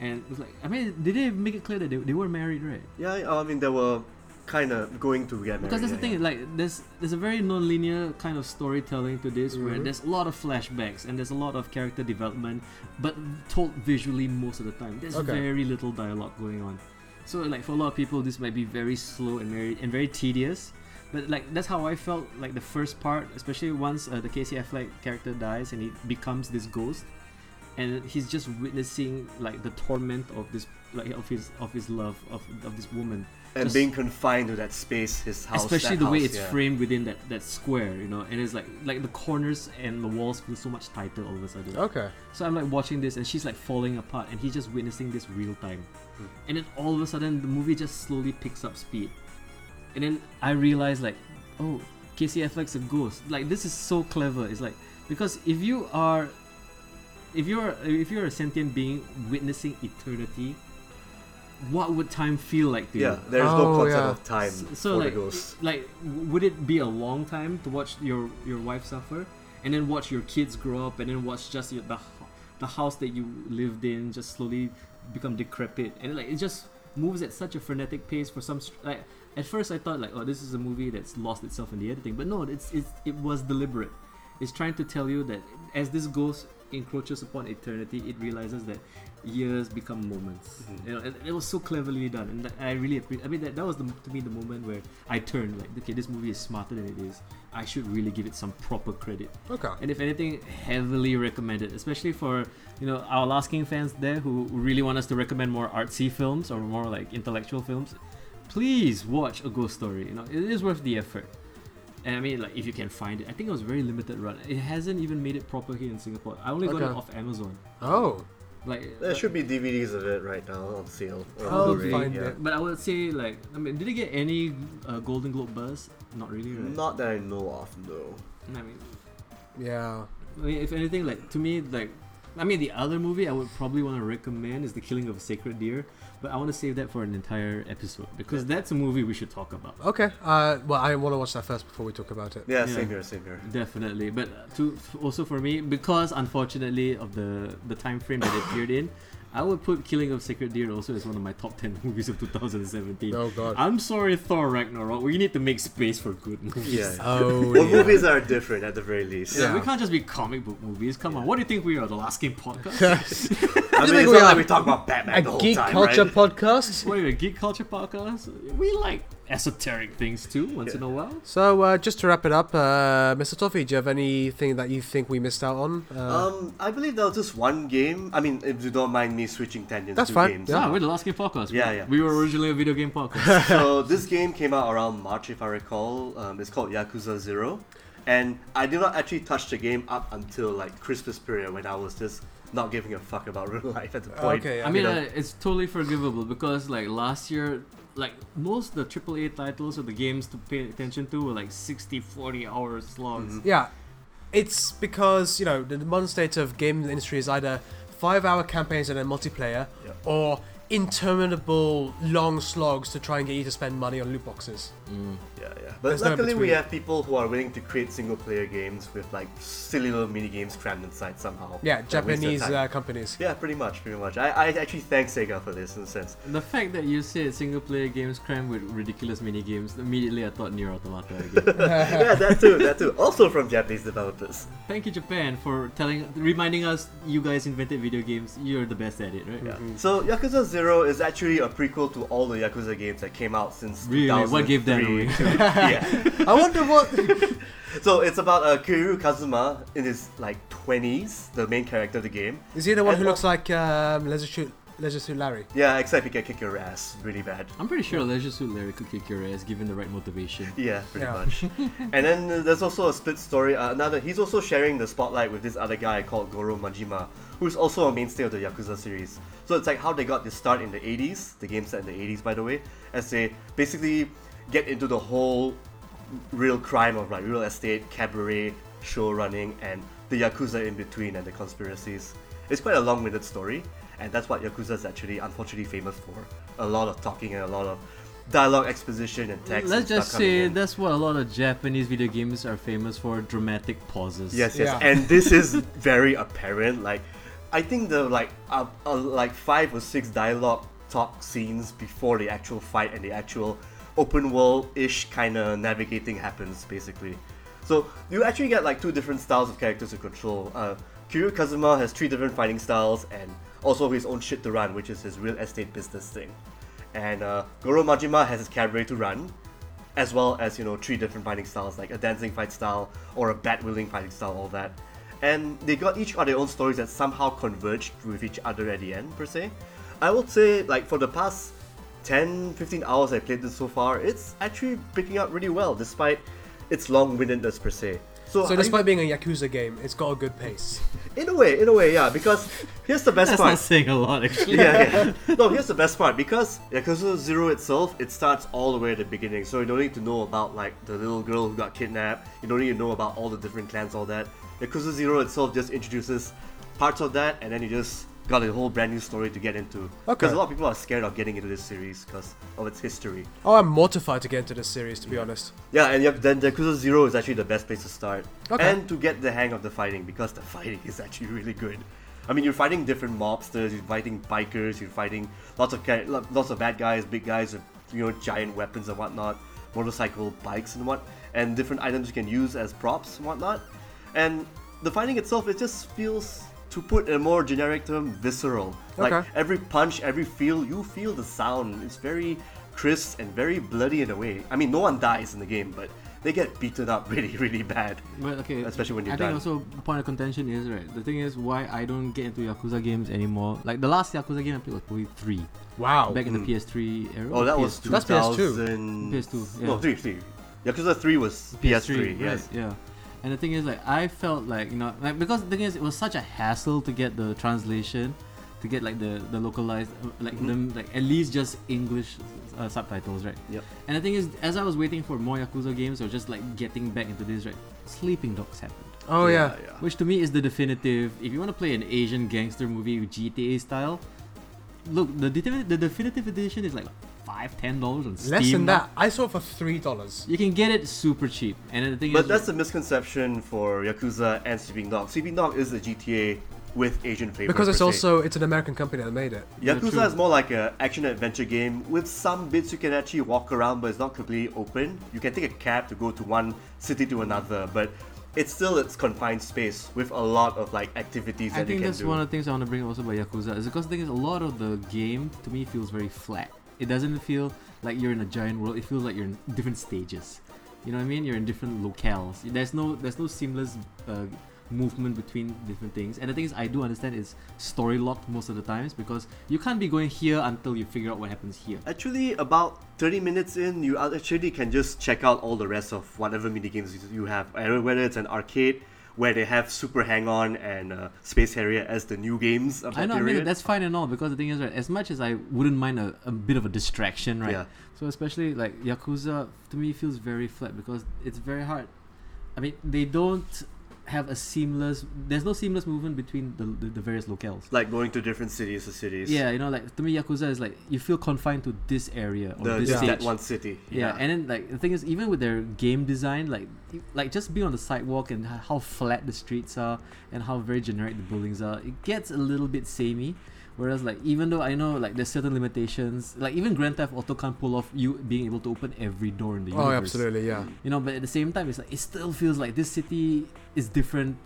C: and it's like i mean did they make it clear that they, they were married right
B: Yeah, I mean, they were kind of going to get married.
C: because that's the
B: yeah,
C: thing
B: yeah.
C: like there's there's a very non-linear kind of storytelling to this where
A: Mhm.
B: Mm-hmm.
C: there's a lot of flashbacks and there's a lot of character development but told visually most of the time there's
A: Okay.
C: very little dialogue going on so like for a lot of people this might be very slow and very and very tedious but like that's how i felt like the first part especially once uh, the casey affleck character dies and he becomes this ghost and he's just witnessing like the torment of this like of his of his love of, of this woman
B: and
C: Just-
B: being confined to that space, his house,
C: especially
B: that
C: the way
B: house,
C: it's
B: yeah.
C: framed within that that square you know and it's like like the corners and the walls feel so much tighter all of a sudden
A: Okay.
C: so i'm like watching this and she's like falling apart and he's just witnessing this real time
B: Hmm.
C: and then all of a sudden the movie just slowly picks up speed and then i realize like oh casey affleck's a ghost like this is so clever it's like because if you are if you're if you're a sentient being witnessing eternity what would time feel like to you
B: Yeah, there's
A: Oh,
B: no concept
A: yeah.
B: of time
C: so,
B: for
C: like,
B: the ghost.
C: like, w- would it be a long time to watch your your wife suffer, and then watch your kids grow up, and then watch just your, the hou- the house that you lived in just slowly become decrepit, and like it just moves at such a frenetic pace for some. str- Like at first, I thought like, oh, this is a movie that's lost itself in the editing, but no, it's, it's it was deliberate. It's trying to tell you that as this ghost encroaches upon eternity, it realizes that years become moments.
B: Mhm.
C: You know, and it was so cleverly done, and I really appreciate. I mean, that, that was the, to me the moment where I turned like, okay, this movie is smarter than it is. I should really give it some proper credit.
A: Okay.
C: And if anything, heavily recommended, especially for you know our Last King fans there who really want us to recommend more artsy films or more like intellectual films. Please watch a ghost story. You know, it is worth the effort. And I mean, like if you can find it, I think it was very limited run. It hasn't even made it proper here in Singapore. I only got it
A: Okay.
C: off Amazon.
A: Oh.
C: Like uh,
B: There
C: but-
B: should be DVDs of it right now on sale. or
A: I'll
B: Blu-ray,
A: find
B: yeah.
A: it.
C: But I would say like I mean, did it get any uh, Golden Globe buzz? Not really, right?
B: Not that I know of, no.
C: I mean,
A: Yeah.
C: I mean, if anything, like to me, like I mean, the other movie I would probably want to recommend is The Killing of a Sacred Deer, but I want to save that for an entire episode because that's a movie we should talk about.
A: Okay. Uh, well, I want to watch that first before we talk about it.
B: Yeah,
C: Yeah.
B: same here, same here.
C: Definitely, but uh, to f- also for me because unfortunately of the the time frame that it appeared in, I would put Killing of Sacred Deer also as one of my top ten movies of 2017.
A: Oh God.
C: I'm sorry, Thor Ragnarok. We need to make space for good movies.
B: Yeah.
A: Oh.
B: Well,
A: yeah.
B: movies are different at the very least.
C: Yeah, we
A: Yeah.
C: can't just be comic book movies. Come on, what do you think we are? The Last Game Podcast?
B: I mean,
A: think
B: it's
A: we
B: not like
A: are
B: we talk about Batman
A: A
B: the whole
A: geek
B: time,
A: culture
B: right?
A: podcast.
C: What are you, a geek culture podcast? We like esoteric things too, once in a while.
A: So uh, just to wrap it up, uh, Mr. Toffee, do you have anything that you think we missed out on? Uh,
B: Um, I believe there was just one game. I mean, if you don't mind me switching tangents
A: That's
B: to
A: fine,
B: games.
A: yeah.
C: Ah, we're the Last Game Podcast.
B: Yeah, yeah.
C: We were originally a video game podcast.
B: so this game came out around March, if I recall. Um, it's called Yakuza Zero, and I did not actually touch the game up until like Christmas period when I was just not giving a fuck about real life at the point.
A: Okay, yeah.
C: I mean,
B: You know?
C: uh, it's totally forgivable because, like, last year, like, most of the AAA titles or the games to pay attention to were like 60, 40 hour slogs.
B: Mm-hmm.
A: yeah. It's because you know the modern state of game industry is either five-hour campaigns and then multiplayer,
B: Yeah.
A: or interminable long slogs to try and get you to spend money on loot boxes.
B: Yeah, yeah. But
A: There's no
B: luckily,
A: in-between.
B: we have people who are willing to create single-player games with like silly little mini games crammed inside somehow.
A: Yeah,
B: that waste their
A: Japanese
B: time.
A: uh, companies.
B: Yeah, pretty much, pretty much. I, I actually thank Sega for this in a sense.
C: The fact that you said single player games crammed with ridiculous mini games, immediately I thought Nier Automata again.
B: yeah, that too, that too. Also from Japanese developers.
C: Thank you, Japan, for telling, reminding us you guys invented video games. You're the best at it, right?
B: Yeah. Mm-hmm. So Yakuza Zero is actually a prequel to all the Yakuza games that came out since.
C: Really? What gave that
B: 2003. yeah.
A: I wonder what.
B: So it's about uh, Kiryu Kazuma in his like twenties, the main character of the game.
A: Is he the one
B: And
A: who
B: al-
A: looks like um, Leisure Suit Leisure Suit Larry?
B: Yeah, except he can kick your ass really bad.
C: I'm pretty sure Leisure Suit Larry could kick your ass given the right motivation.
B: Yeah, pretty
A: Yeah.
B: much. and then uh, there's also a split story. Uh, another, he's also sharing the spotlight with this other guy called Goro Majima, who's also a mainstay of the Yakuza series. So it's like how they got this start in the 80s, the game set in the 80s, by the way, as they basically get into the whole real crime of like real estate, cabaret, show running, and the Yakuza in between and the conspiracies. It's quite a long-winded story, and that's what Yakuza is actually unfortunately famous for. A lot of talking and a lot of dialogue exposition and text. and
C: Let's just
B: stuff coming
C: say
B: in.
C: that's what a lot of Japanese video games are famous for dramatic pauses.
B: Yes, yes,
A: Yeah.
B: and this is very apparent. Like, I think the like uh, uh, like five or six dialogue talk scenes before the actual fight and the actual open world ish kind of navigating happens basically. So you actually get like two different styles of characters to control. Uh, Kiryu Kazuma has three different fighting styles and also his own shit to run, which is his real estate business thing. And uh, Goro Majima has his cabaret to run, as well as you know three different fighting styles like a dancing fight style or a bat wielding fighting style all that and they got each got their own stories that somehow converged with each other at the end per se. I would say like for the past 10 15 hours I played this so far, it's actually picking up really well despite its long-windedness per se. So,
A: So
B: I-
A: despite being a Yakuza game, it's got a good pace.
B: in a way, in a way, yeah, because here's the best
C: That's
B: part.
C: not saying a lot, actually.
B: yeah, yeah. No, here's the best part because Yakuza Zero itself, it starts all the way at the beginning, so you don't need to know about like the little girl who got kidnapped. You don't need to know about all the different clans, all that. Yakuza Zero itself just introduces parts of that, and then you just got a whole brand new story to get into.
A: Okay.
B: Because a lot of people are scared of getting into this series because of its history.
A: Oh, I'm mortified to get into this series, to be honest.
B: Yeah, and Yak- then Yakuza Zero is actually the best place to start.
A: Okay.
B: And to get the hang of the fighting, because the fighting is actually really good. I mean, you're fighting different mobsters, you're fighting bikers, you're fighting lots of char- lo- lots of bad guys, big guys with you know giant weapons and whatnot, motorcycle, bikes and what, and different items you can use as props and whatnot. And the fighting itself, it just feels, to put in a more generic term, visceral. Like
A: Okay.
B: every punch, every feel, you feel the sound. It's very crisp and very bloody in a way. I mean, no one dies in the game, but they get beaten up really, really bad.
C: But okay,
B: Especially when
C: I
B: you're
C: think
B: done.
C: also a point of contention is right. The thing is why I don't get into Yakuza games anymore. Like the last Yakuza game I played was probably three
A: Wow.
C: back in the PS3 era.
B: Mm. Oh, that was
C: PS2.
B: 2000.
A: That's PS2.
C: PS2,
B: No,
C: yeah.
B: 3, 3. Yakuza 3 was PS3,
C: PS3,
B: yes.
C: right, yeah. And the thing is, like, I felt like you know, like because the thing is, it was such a hassle to get the translation, to get like the the localized, uh, like them, like at least just English uh, subtitles, right?
B: Yep.
C: And the thing is, as I was waiting for more Yakuza games or just like getting back into this, right? Sleeping Dogs happened.
A: Oh yeah.
C: Which to me is the definitive. If you want to play an Asian gangster movie with GTA style, look the definitive, the definitive edition is like five ten dollars on Steam.
A: Less than
C: now.
A: that, I saw it for three dollars.
C: you can get it super cheap. And then the thing
B: But
C: is,
B: that's the misconception for Yakuza and Sleeping Dog. Sleeping Dog is a GTA with Asian flavor.
A: Because it's
B: per se.
A: also it's an American company that made it.
C: Yeah, true.
B: Yakuza is more like a action adventure game with some bits you can actually walk around, but it's not completely open. You can take a cab to go to one city to another, but it's still its confined space with a lot of like activities
C: I
B: that you
C: think
B: can
C: that's
B: do.
C: one of the things I want to bring also by Yakuza is because the thing is a lot of the game to me feels very flat. It doesn't feel like you're in a giant world. It feels like you're in different stages. You know what I mean? You're in different locales. There's no there's no seamless uh, movement between different things. And the things I do understand is story locked most of the times because you can't be going here until you figure out what happens here.
B: Actually, about 30 minutes in, you actually can just check out all the rest of whatever minigames you- you have. I don't- Whether it's an arcade where they have Super Hang On and uh, Space Harrier as the new games of that
C: I know, I
B: period.
C: mean, that's fine and all because the thing is, right, as much as I wouldn't mind a, a bit of a distraction, right?
B: Yeah.
C: So, especially like Yakuza, to me, feels very flat because it's very hard. I mean, they don't have a seamless, there's no seamless movement between the, the, the various locales.
B: like going to different cities to cities.
C: Yeah, you know, like to me, Yakuza is like you feel confined to this area or
B: The,
C: this
B: just
C: stage.
B: that one city.
C: Yeah. and then like the thing is, even with their game design, like e- like just being on the sidewalk and h- how flat the streets are and how very generic the buildings are, it gets a little bit samey. Whereas like even though I know like there's certain limitations, like even Grand Theft Auto can't pull off you being able to open every door in the
A: Oh,
C: universe.
A: absolutely, yeah.
C: You know, but at the same time, it's like it still feels like this city is different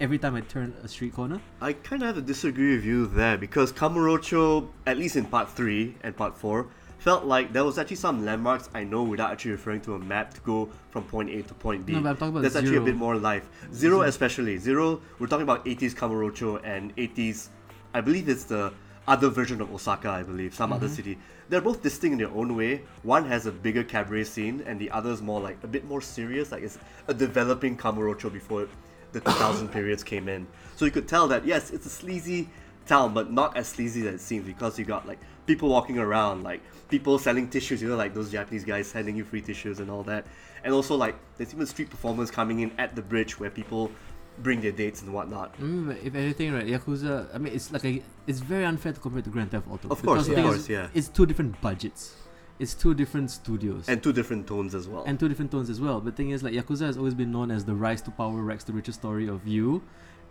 C: every time I turn a street corner.
B: I kind of have to disagree with you there because Kamurocho, at least in part 3 and part 4, felt like there was actually some landmarks I know without actually referring to a map to go from point A to point B.
C: No, but I'm talking about
B: That's actually a
C: Zero.
B: bit more life. Zero, especially. Zero, we're talking about 80s Kamurocho and 80s, I believe it's the other version of Osaka, I believe, some other city. They're both distinct in their own way. One has a bigger cabaret scene and the other is more like a bit more serious, like it's a developing Kamurocho before the 2000 periods came in. So you could tell that yes, it's a sleazy town, but not as sleazy as it seems because you got like people walking around, like people selling tissues, you know, like those Japanese guys sending you free tissues and all that. And also like there's even street performers coming in at the bridge where people bring their dates and whatnot.
C: Mm, but if anything, right, Yakuza. I mean, it's like a, it's very unfair to compare to Grand Theft Auto.
B: Of course,
C: because the
A: of
C: thing
B: course,
C: is,
B: yeah.
C: It's two different budgets, it's two different studios,
B: And two different tones as well.
C: and two different tones as well. But the thing is, like Yakuza has always been known as the rise to power, Rex the richest story of you,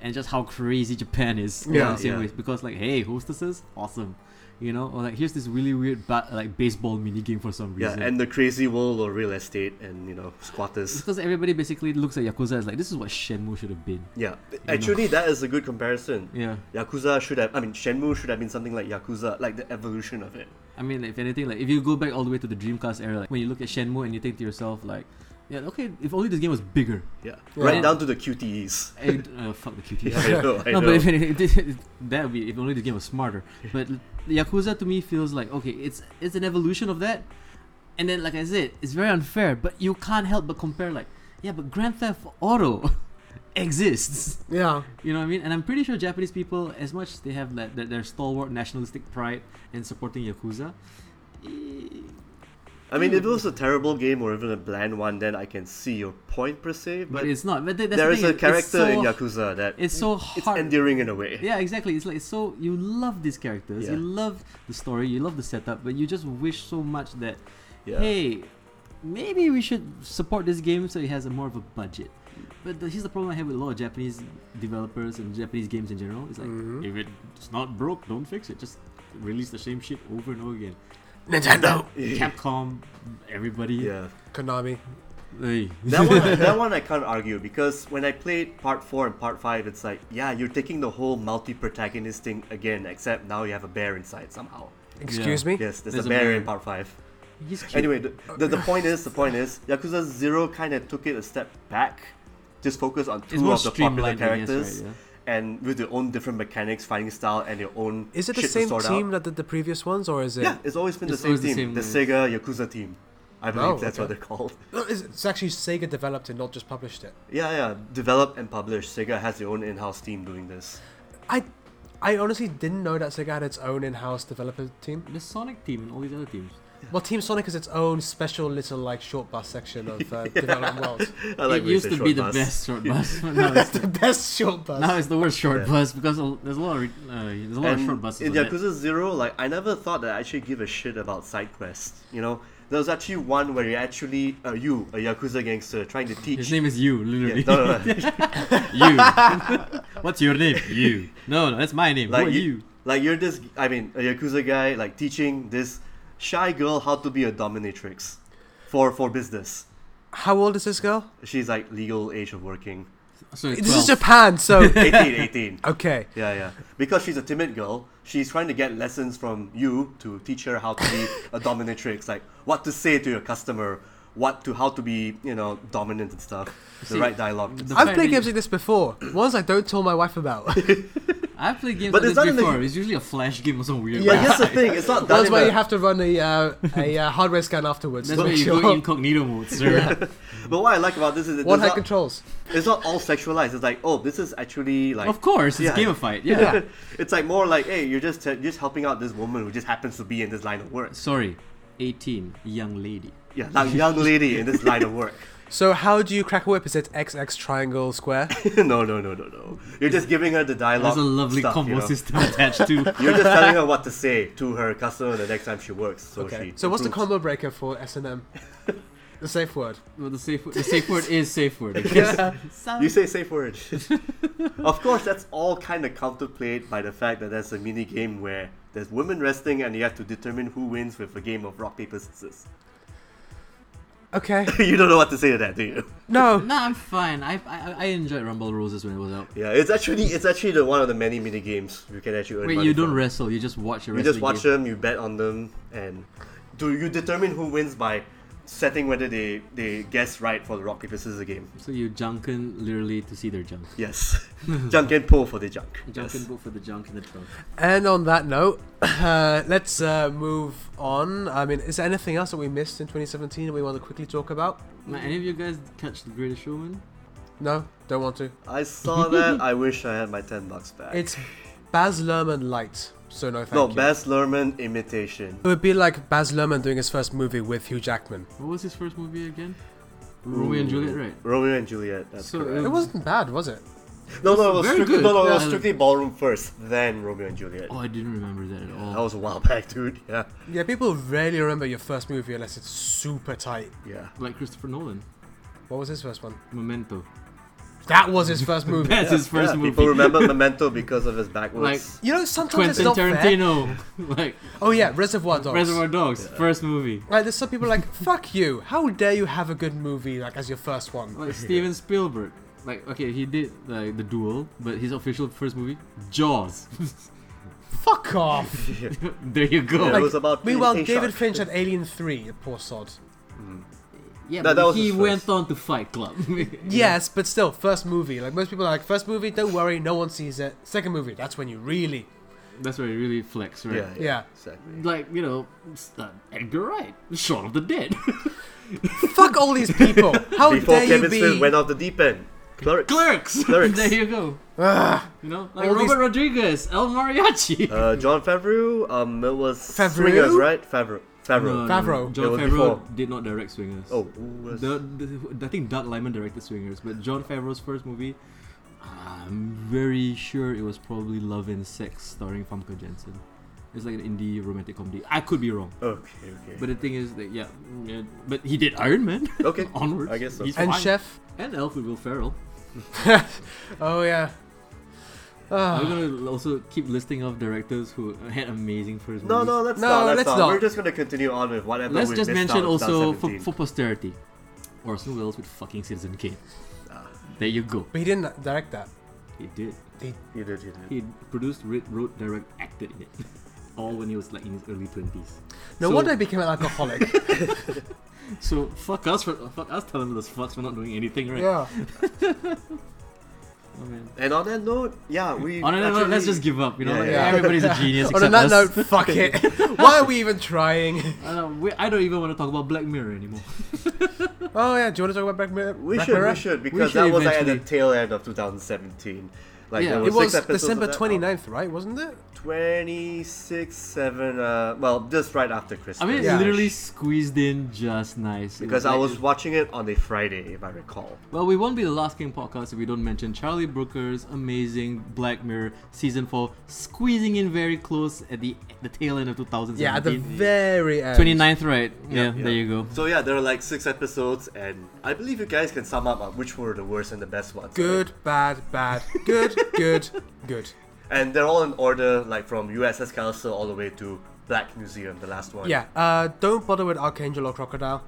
C: and just how crazy Japan is. you know,
A: Yeah,
C: in the same
B: yeah.
C: ways. Because like, hey, hostesses, awesome, you know, or like here's this really weird ba- like baseball mini game for some
B: yeah,
C: reason.
B: and the crazy world of real estate and you know,
C: it's
B: squatters.
C: because everybody basically looks at Yakuza as like this is what Shenmue should have been.
B: Yeah. Actually that is a good comparison.
C: Yeah.
B: Yakuza should have I mean Shenmue should have been something like Yakuza, like the evolution of it.
C: I mean, if anything, like if you go back all the way to the Dreamcast era, like when you look at Shenmue and you think to yourself, like, Yeah, okay, if only this game was bigger.
B: Yeah. Right
C: Yeah.
B: down to the QTEs.
C: And, uh, fuck the QTE.
B: I know, I
C: no,
B: know.
C: but if it, it, it, that would be if only the game was smarter. But Yakuza to me feels like okay, it's it's an evolution of that, and then like I said, it's very unfair. But you can't help but compare like yeah, but Grand Theft Auto exists.
A: Yeah.
C: You know what I mean? And I'm pretty sure Japanese people, as much as they have that, that their stalwart nationalistic pride in supporting Yakuza, eh,
B: I mean,
C: Hmm.
B: if it was a terrible game or even a bland one, then I can see your point per se. But,
C: but it's not. But th- that's the
B: there is
C: thing,
B: a
C: it's
B: character in
C: so-
B: Yakuza that
C: It's so
B: it's
C: hard.
B: endearing in a way.
C: Yeah, exactly. It's like so you love these characters, you
B: Yeah.
C: love the story, you love the setup, but you just wish so much that
B: Yeah.
C: hey, maybe we should support this game so it has a more of a budget. But the, here's the problem I have with a lot of Japanese developers and Japanese games in general. It's like
B: Mm-hmm.
A: Mhm.
C: if it's not broke, don't fix it. Just release the same shit over and over again.
A: Nintendo.
C: Capcom, everybody.
B: Yeah.
A: Konami.
C: Hey.
B: That one, that one I can't argue because when I played part four and part five, it's like, yeah, you're taking the whole multi-protagonist thing again, except now you have a bear inside somehow.
A: Excuse me.
B: Yes, there's,
C: There's
B: a,
C: a
B: bear,
C: bear.
B: in part five.
C: He's cute.
B: Anyway, the, the, the point is, the point is, Yakuza Zero kind of took it a step back, just focus on
C: it's
B: two
C: more
B: of the popular
C: streamlined,
B: characters,
C: I guess, right?
B: and with their own different mechanics, fighting style, and their own.
A: Is it the
B: shit to
A: same
B: sort
A: team that
B: Out.
A: did the previous ones, or is it?
B: Yeah, it's always been
C: It's
B: the same
C: always the
B: team, the,
C: same-
B: Sega Yakuza team. I believe
A: Oh,
B: that's what
A: okay.
B: they're called.
A: No, it's- It's actually Sega developed it, not just published it.
B: Yeah, yeah. Develop and publish. Sega has their own in-house team doing this.
A: I, I honestly didn't know that Sega had its own in-house developer team.
C: yeah. The Sonic team and all these other teams.
A: Well, Team Sonic is its own special little like short bus section of uh, development worlds.
B: I like
C: it
B: when you
C: used
B: say
C: to
B: short
C: be the
B: bus.
C: best short bus, but now it's
A: the best short bus.
C: Now it's the worst short
B: Yeah.
C: bus because a- there's a lot of re- uh, there's a lot of short buses.
B: in
C: on that.
B: Yakuza Zero, like I never thought that I actually give a shit about side quests. You know, there was actually one where you actually uh, you a Yakuza gangster trying to teach.
C: His name is you, literally.
B: Yeah, no, no, no.
C: you. What's your name? You. No, no, that's my name.
B: like
C: Who are
B: you,
C: you?
B: like you're this. I mean, a Yakuza guy like teaching this shy girl how to be a dominatrix for for business.
A: How old is this girl?
B: She's like legal age of working.
C: So it's
A: This is
C: 12.
A: Japan, so
B: 18, 18.
A: okay.
B: Yeah, yeah. Because she's a timid girl, she's trying to get lessons from you to teach her how to be a dominatrix, like what to say to your customer, what to how to be, you know, dominant and stuff. The
C: See,
B: right dialogue.
C: the
A: I've
C: fact
A: played
C: that
A: games like this before. Ones I don't tell my wife about.
C: I've played games
B: But
C: like
B: it's
C: this
B: not in the-
C: before. It's usually a flash game or some weird.
B: But
A: Yeah.
B: here's the thing, it's not done
A: Ones
B: in
A: where
B: a,
A: you have to run a uh, a uh, hardware scan afterwards.
C: That's
A: to
C: why
A: make
C: you
A: sure.
C: go incognito mode, sir.
B: But what I like about this is it
A: One hand
B: does not,
A: controls.
B: it's not all sexualized. It's like, oh, this is actually like
C: Of course, it's
B: Yeah.
C: gamified. Yeah.
B: it's like more like, hey, you're just you're just helping out this woman who just happens to be in this line of work.
C: Sorry, 18, young lady.
B: Yeah, like young lady in this line of work.
A: So how do you crack a whip? Is it XX triangle square?
B: no, no, no, no, no. You're just giving her the dialogue.
C: There's a lovely
B: stuff,
C: combo
B: you know?
C: system attached to.
B: You're just telling her what to say to her customer the next time she works. So
A: Okay.
B: she.
A: So what's the
B: improves.
A: combo breaker for S and M? The safe word.
C: Well, the safe the safe word is safe word.
B: You say safe word. of course, that's all kind of counterplayed by the fact that there's a mini game where there's women wrestling and you have to determine who wins with a game of rock paper scissors.
A: Okay.
B: you don't know what to say to that, do you?
A: No.
C: Nah, I'm fine. I, I I enjoyed Rumble Roses when it was out.
B: Yeah, it's actually it's actually the, one of the many mini games you can actually earn
C: Wait,
B: money
C: you don't
B: from.
C: wrestle. You just watch a
B: You
C: wrestling
B: just watch
C: game.
B: them, you bet on them, and do you determine who wins by setting whether they they guess right for the rock paper scissors game.
C: So you junken literally to see their junk.
B: Yes. junk and pull for the junk.
C: Junken
B: Yes.
C: book for the junk in the trunk.
A: And on that note, uh, let's uh, move on. I mean, is there anything else that we missed in 2017 that we want to quickly talk about?
C: Now, any of you guys catch the Greatest Showman?
A: No, don't want to.
B: I saw that. I wish I had my 10 bucks back.
A: It's Baz Luhrmann light, so no thank
B: no,
A: you.
B: Baz Luhrmann imitation.
A: It would be like Baz Luhrmann doing his first movie with Hugh Jackman.
C: What was his first movie again? Romeo and Juliet, right?
B: Romeo and Juliet, that's
C: So, uh,
B: correct.
A: It wasn't bad, was it?
B: No, no, it was
C: very
B: strictly,
C: good.
B: no, no, it was
C: Yeah.
B: strictly ballroom first, then Romeo and Juliet.
C: Oh, I didn't remember that at
B: That
C: all.
B: was a while back, dude. Yeah,
A: Yeah, people rarely remember your first movie unless it's super tight.
B: yeah.
C: Like Christopher Nolan,
A: What was his first one?
C: Memento.
A: That was his first movie.
C: That's his first
B: yeah,
C: movie.
B: People remember Memento because of his backwards.
A: You know, sometimes it's
C: Quentin
A: not fair.
C: Tarantino, like
A: Oh yeah, Reservoir Dogs.
C: Reservoir Dogs, first movie.
A: Like, there's some people like, fuck you. How dare you have a good movie like as your first one?
C: Like Steven Spielberg. Like okay, he did like the Duel, but his official first movie, Jaws.
A: Fuck off.
C: there you go.
B: Yeah, it
A: Like,
B: was about
A: Meanwhile,
B: Alien
A: David
B: Shark.
A: Finch had Alien Three. Poor sod.
B: That-
C: Yeah, but
B: that was
C: he
B: his
C: went
B: first.
C: on to Fight Club.
A: Yes, but still, first movie. Like most people are like, first movie, don't worry, no one sees it. Second movie, that's when you really,
C: That's where he really flex, right?
B: Yeah,
A: Yeah.
B: exactly.
C: Like, you know, s- uh, Edgar Wright, Shaun of the Dead.
A: fuck all these people.
C: Oh,
A: How
B: Before
A: dare you
B: Kevin
A: be?
B: Smith went off the deep end. Cleric.
C: Clerks!
B: Clerks. Ah.
C: there you go.
A: Ugh.
C: You know, like
A: All
C: Robert
A: these-
C: Rodriguez, El Mariachi.
B: Uh, John Favreau. Um, it was
A: Favreau?
B: Swingers, right? Favreau. Favreau.
A: Favreau.
C: John
B: It was
C: Favreau
B: before.
C: did not direct Swingers.
B: Oh, who was-
C: The, the, I think Doug Lyman directed Swingers, but John Favreau's first movie, I'm very sure it was probably Love and Sex starring Famke Janssen. It's like an indie romantic comedy. I could be wrong,
B: okay, okay.
C: but the thing is that yeah, mm, yeah, but he did Iron Man.
B: Okay,
C: onwards.
B: I guess so.
C: He's
A: and
C: fine.
A: Chef.
C: and Elf with Will Ferrell.
A: oh yeah. Ah.
C: I'm
A: Ugh.
C: gonna also keep listing off directors who had amazing first
B: no,
C: movies.
B: no, let's
A: No,
B: not. Let's,
A: let's
B: not.
A: not.
B: We're just gonna continue on with whatever.
C: Let's
B: we
C: just
B: missed out
C: mention also for,
B: 2017.
C: for posterity, Orson Welles with fucking Citizen Kane.
B: Ah.
C: There you go.
A: But he didn't direct that.
C: He did.
B: You did, you did.
C: He produced, writ, wrote, direct, acted in it. All when he was like in his early twenties.
A: No
C: So-
A: wonder he became an alcoholic.
C: So fuck us for fuck us talentless fucks for not doing anything right.
A: yeah.
C: Oh, man.
B: And on that note, yeah, we.
C: On another note, let's
B: actually-
C: just give up. You know,
B: Yeah,
C: like,
A: yeah.
C: everybody's a genius
A: On
C: except
A: that
C: us.
A: note, fuck it. Why are we even trying?
C: I don't, we, I don't even want to talk about Black Mirror anymore.
A: Oh yeah. Do you want to talk about Black Mirror?
B: We
A: Black
B: should,
A: Mirror?
B: we should, because
C: should
B: that was like at the
C: eventually.
B: tail end of 2017. Like
C: Yeah.
B: there were
A: It was
B: six episodes
A: December
B: of that.
A: 29th, right? Wasn't it?
B: 26, 7, uh, well, just right after Christmas.
C: I mean, it's
A: Yeah.
C: literally squeezed in just nice. It
B: Because I
C: like-
B: was watching it on a Friday, if I recall.
C: Well, we won't be the last game podcast if we don't mention Charlie Brooker's amazing Black Mirror season four, squeezing in very close at the the tail end of 2017.
A: Yeah, at the very end.
C: 29th, right? Yeah,
B: Yeah.
C: there you go.
B: So yeah, there are like six episodes, and I believe you guys can sum up on which were the worst and the best ones.
A: Good, bad, bad. Good, good, good.
B: And they're all in order, like from USS Callister all the way to Black Museum, the last one.
A: Yeah. Uh, don't bother with Archangel or Crocodile.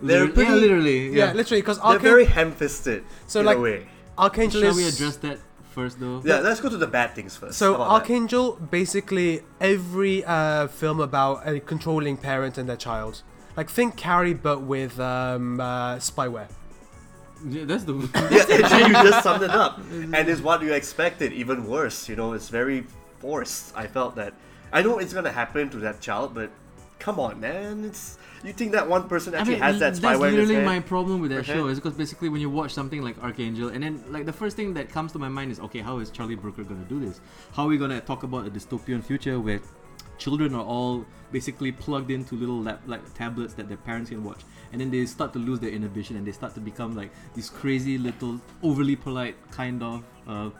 B: They're
C: Liter-
B: pretty-
C: yeah, literally.
A: Yeah,
C: Yeah.
A: literally, because
B: They're
A: Archa-
B: very ham-fisted
A: So,
B: in
A: like-
B: a way.
A: Archangel
C: Shall
A: is.
C: we address that first, though?
B: Yeah, let's go to the bad things first.
A: So
B: How about that?
A: Archangel, basically every uh, film about a controlling parent and their child. Like think Carrie, but with um, uh, spyware.
C: Yeah, that's the.
B: yeah, actually, you just summed it up,
A: Mm-hmm.
B: and it's what you expected. Even worse, you know, it's very forced. I felt that. I know it's gonna happen to that child, but come on, man, it's. You think that one person
C: I
B: actually
C: mean,
B: has that
C: that's
B: spyware in his
C: literally
B: hand?
C: my problem with that
B: Okay.
C: show is because basically when you watch something like Archangel and then like the first thing that comes to my mind is okay, how is Charlie Brooker gonna do this? How are we gonna talk about a dystopian future where children are all basically plugged into little lap, like tablets that their parents can watch, and then they start to lose their inhibition and they start to become like these crazy little overly polite kind of. Uh,